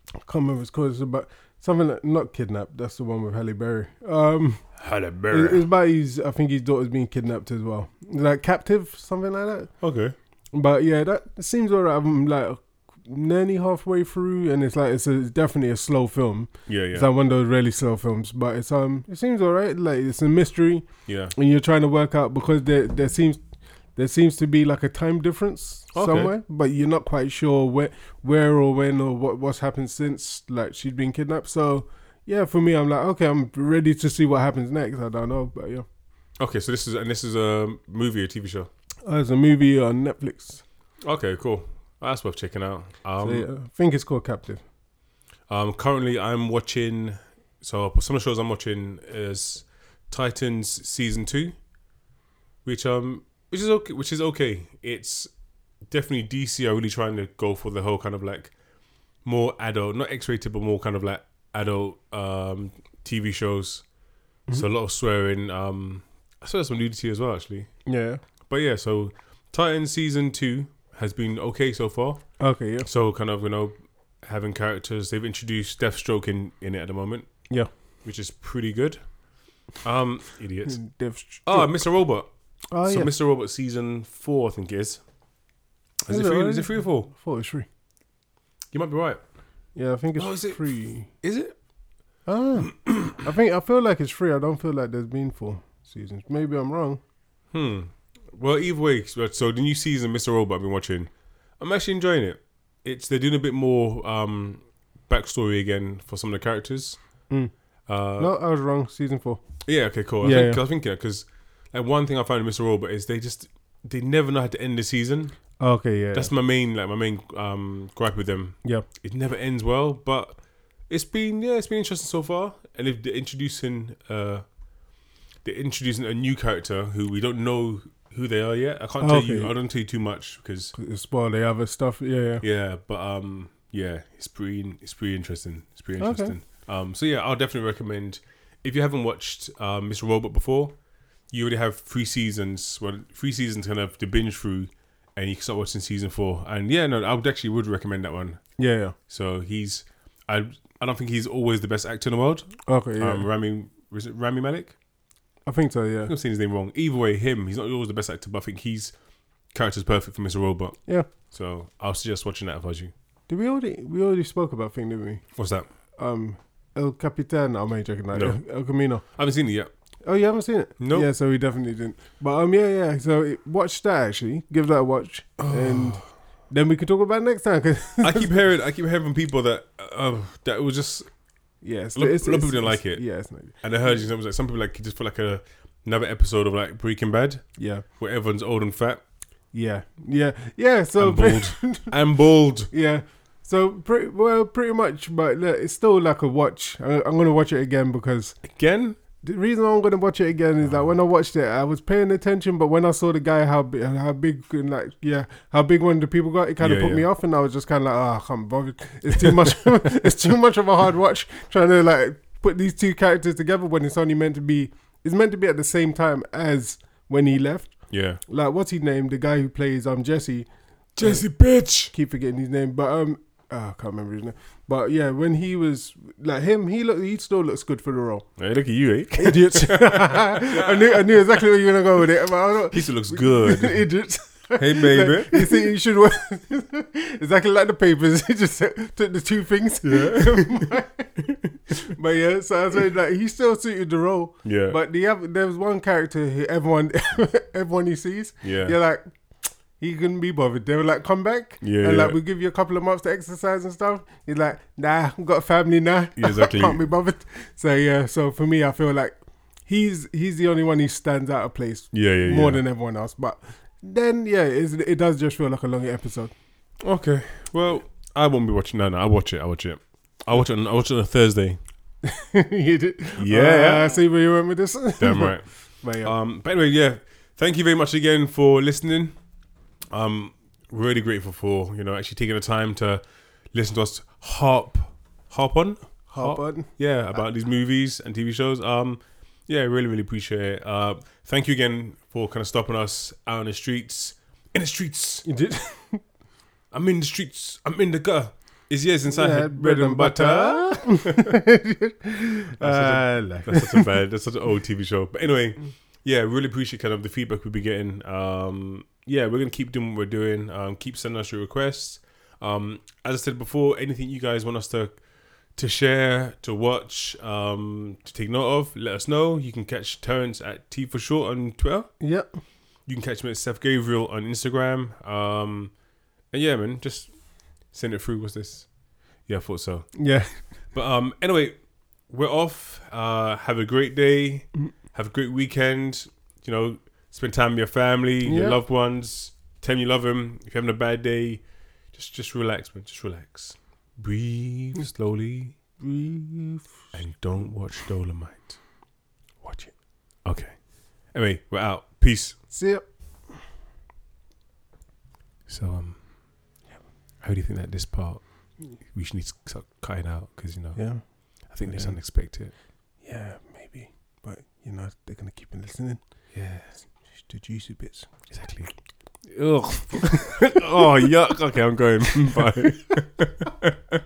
Speaker 10: I can't remember what it's called. It's about something like, not kidnapped. That's the one with Halle Berry. Um,
Speaker 12: Halle Berry.
Speaker 10: it- It's about his. I think his daughter's being kidnapped as well. Like captive, something like that.
Speaker 12: Okay.
Speaker 10: But yeah, that seems alright. I'm like nearly halfway through, and it's like it's, a, it's definitely a slow film.
Speaker 12: Yeah, yeah.
Speaker 10: It's like one of those really slow films, but it's um, it seems alright. Like it's a mystery.
Speaker 12: Yeah.
Speaker 10: And you're trying to work out because there there seems there seems to be like a time difference
Speaker 12: Okay.
Speaker 10: somewhere, but you're not quite sure where where or when or what what's happened since like she's been kidnapped. So yeah, for me, I'm like okay, I'm ready to see what happens next. I don't know, but yeah,
Speaker 12: Okay, so this is and this is a movie or TV show.
Speaker 10: uh, it's a movie on Netflix.
Speaker 12: Okay, cool. That's worth checking out. Um,
Speaker 10: So, yeah, I think it's called Captive.
Speaker 12: Um, currently, I'm watching. So some of the shows I'm watching is Titans season two, which um, which is okay. Which is okay. It's definitely DC are really trying to go for the whole kind of like more adult, not X-rated, but more kind of like adult um TV shows. So a lot of swearing. Um, I saw some nudity as well, actually.
Speaker 10: Yeah.
Speaker 12: But yeah, so Titan season two has been okay so far.
Speaker 10: Okay, yeah.
Speaker 12: So kind of you know having characters they've introduced Deathstroke in in it at the moment.
Speaker 10: Yeah.
Speaker 12: which is pretty good. Um, idiots.
Speaker 10: Deathstroke.
Speaker 12: Oh, Mr. Robot.
Speaker 10: Oh,
Speaker 12: so
Speaker 10: yeah.
Speaker 12: Mr. Robot season four, I think it is. Is it
Speaker 10: Hello.
Speaker 12: three? Is it three or four?
Speaker 10: I thought it was three.
Speaker 12: You might be right.
Speaker 10: Yeah, I think it's
Speaker 12: Oh, is it-
Speaker 10: free.
Speaker 12: Is it?
Speaker 10: Ah, I think I feel like it's free. I don't feel like there's been four seasons. Maybe I'm wrong.
Speaker 12: Hmm. Well, either way, so so the new season of Mr. Robot I've been watching, I'm actually enjoying it. It's they're doing a bit more um backstory again for some of the characters.
Speaker 10: Mm.
Speaker 12: Uh,
Speaker 10: no, I was wrong. Season four.
Speaker 12: Yeah. Okay. Cool. I
Speaker 10: Yeah,
Speaker 12: think,
Speaker 10: yeah.
Speaker 12: I think yeah, because like one thing I found in Mr. Robot is they just they never know how to end the season.
Speaker 10: Okay, yeah.
Speaker 12: That's my main like my main um gripe with them.
Speaker 10: Yeah.
Speaker 12: It never ends well, but it's been yeah, it's been interesting so far. And if they're introducing uh they're introducing a new character who we don't know who they are yet. I can't tell you
Speaker 10: Okay.
Speaker 12: I don't tell you too much because
Speaker 10: Spoil the other stuff. Yeah, yeah.
Speaker 12: yeah, but um yeah, it's pretty it's pretty interesting. It's pretty
Speaker 10: Okay.
Speaker 12: interesting. Um so yeah, I'll definitely recommend if you haven't watched um, Mr. Robot before, you already have three seasons well three seasons kind of to binge through and you can start watching season four. And yeah, no, I would actually would recommend that one.
Speaker 10: Yeah, yeah.
Speaker 12: So he's I I don't think he's always the best actor in the world.
Speaker 10: Okay, yeah.
Speaker 12: Um, Rami was it Rami Malek?
Speaker 10: I think so. Yeah.
Speaker 12: I think I'm saying his name wrong. Either way, him, he's not always the best actor, but I think he's character's perfect for Mr. Robot.
Speaker 10: Yeah.
Speaker 12: So I'll suggest watching that if I was you.
Speaker 10: Did we already we already spoke about thing, didn't we?
Speaker 12: What's that?
Speaker 10: Um, El Capitan. I'm only joking. Like
Speaker 12: No.
Speaker 10: El Camino.
Speaker 12: I haven't seen it yet.
Speaker 10: Oh, you haven't seen it?
Speaker 12: Nope.
Speaker 10: Yeah, so we definitely didn't. But um, yeah, yeah. So it, watch that actually. Give that a watch, and then we can talk about it next time. 'cause-
Speaker 12: Oh. I keep hearing I keep hearing from people that uh, that it was just
Speaker 10: Yes,
Speaker 12: a lot,
Speaker 10: it's-
Speaker 12: a lot of
Speaker 10: it's-
Speaker 12: people didn't like
Speaker 10: it's-
Speaker 12: it.
Speaker 10: yeah, it's not-
Speaker 12: and I heard you know, it was like some people like just feel like a another episode of like Breaking Bad.
Speaker 10: Yeah,
Speaker 12: where everyone's old and fat.
Speaker 10: yeah, yeah, yeah. So
Speaker 12: And bald. I'm bald.
Speaker 10: Yeah. So pretty well, pretty much, but look, it's still like a watch. I, I'm gonna watch it again because
Speaker 12: again.
Speaker 10: The reason I'm gonna watch it again is that when I
Speaker 12: Oh.
Speaker 10: watched it, I was paying attention, but when I saw the guy how big, how big, and like yeah, how big one of the people got, it kind of
Speaker 12: Yeah,
Speaker 10: put
Speaker 12: yeah.
Speaker 10: me off, and I was just kind of like, oh, I can't bother. It's too much. it's too much of a hard watch trying to like put these two characters together when it's only meant to be. It's meant to be at the same time as when he left.
Speaker 12: Yeah.
Speaker 10: Like what's his name? The guy who plays um Jesse.
Speaker 12: Jesse bitch.
Speaker 10: Keep forgetting his name, but um, ah, I can't remember his name. But yeah, when he was like him, he look he still looks good for the role.
Speaker 12: Hey, look at you, eh?
Speaker 10: Idiots. I knew I knew exactly where you were gonna go with it. But I don't,
Speaker 12: He still looks good.
Speaker 10: Idiots.
Speaker 12: Hey, baby.
Speaker 10: you see, you should work exactly like the papers. He just took the two things. Yeah. but yeah, so I said like he still suited the role.
Speaker 12: Yeah.
Speaker 10: But the other, there was one character who everyone everyone he sees.
Speaker 12: Yeah.
Speaker 10: You're like. He couldn't be bothered. They were like, "Come back,"
Speaker 12: Yeah,
Speaker 10: and like
Speaker 12: yeah.
Speaker 10: we give you a couple of months to exercise and stuff. He's like, "Nah, I've got a family now.
Speaker 12: Yeah, exactly.
Speaker 10: Can't be bothered." So yeah, so for me, I feel like he's he's the only one who stands out of place.
Speaker 12: Yeah, yeah,
Speaker 10: more
Speaker 12: yeah.
Speaker 10: than everyone else. But then yeah, it's, it does just feel like a longer episode.
Speaker 12: Okay. Well, I won't be watching. No, no, I watch it. I watch it. I watch it. On, I watch it on a Thursday.
Speaker 10: you did.
Speaker 12: Yeah.
Speaker 10: Uh, I see where you went with this.
Speaker 12: Damn right.
Speaker 10: but yeah,
Speaker 12: Um. But anyway, yeah. Thank you very much again for listening. Um. Really grateful for you know actually taking the time to listen to us harp harp on
Speaker 10: Harp on.
Speaker 12: yeah about these movies and TV shows. Um. Yeah, really, really appreciate it. Uh, thank you again for kind of stopping us out in the streets. In the streets.
Speaker 10: You did.
Speaker 12: I'm in the streets. I'm in the gutter. Is yes inside
Speaker 10: Yeah,
Speaker 12: her bread, and butter.
Speaker 10: Uh,
Speaker 12: That's, such a, that's such a bad. That's such an old TV show. But anyway, yeah, really appreciate kind of the feedback we'll be getting. Um, yeah, we're gonna keep doing what we're doing. Um, keep sending us your requests. Um, as I said before, anything you guys want us to to share, to watch, um, to take note of, let us know. You can catch Terrence at T for short on Twitter.
Speaker 10: Yep.
Speaker 12: You can catch me at Seth Gabriel on Instagram. Um, and yeah, man, just send it through. What's this? Yeah, I thought so.
Speaker 10: Yeah.
Speaker 12: But um, anyway, we're off. Uh, have a great day.
Speaker 10: Mm.
Speaker 12: Have a great weekend. You know, spend time with your family,
Speaker 10: Yeah.
Speaker 12: your loved ones. Tell them you love them. If you're having a bad day, just just relax, man. Just relax. Breathe slowly.
Speaker 10: Mm. Breathe.
Speaker 12: And don't watch Dolomite. Watch it. Okay. Anyway, we're out. Peace.
Speaker 10: See ya.
Speaker 12: So um, how do you think that this part we should need to start cutting out because you know
Speaker 10: Yeah.
Speaker 12: I think this
Speaker 10: Yeah.
Speaker 12: unexpected.
Speaker 10: Yeah, maybe. But you know, they're gonna keep on listening.
Speaker 12: Yeah.
Speaker 10: The juicy bits.
Speaker 12: Exactly. Ugh. oh yuck. Okay, I'm going. Bye.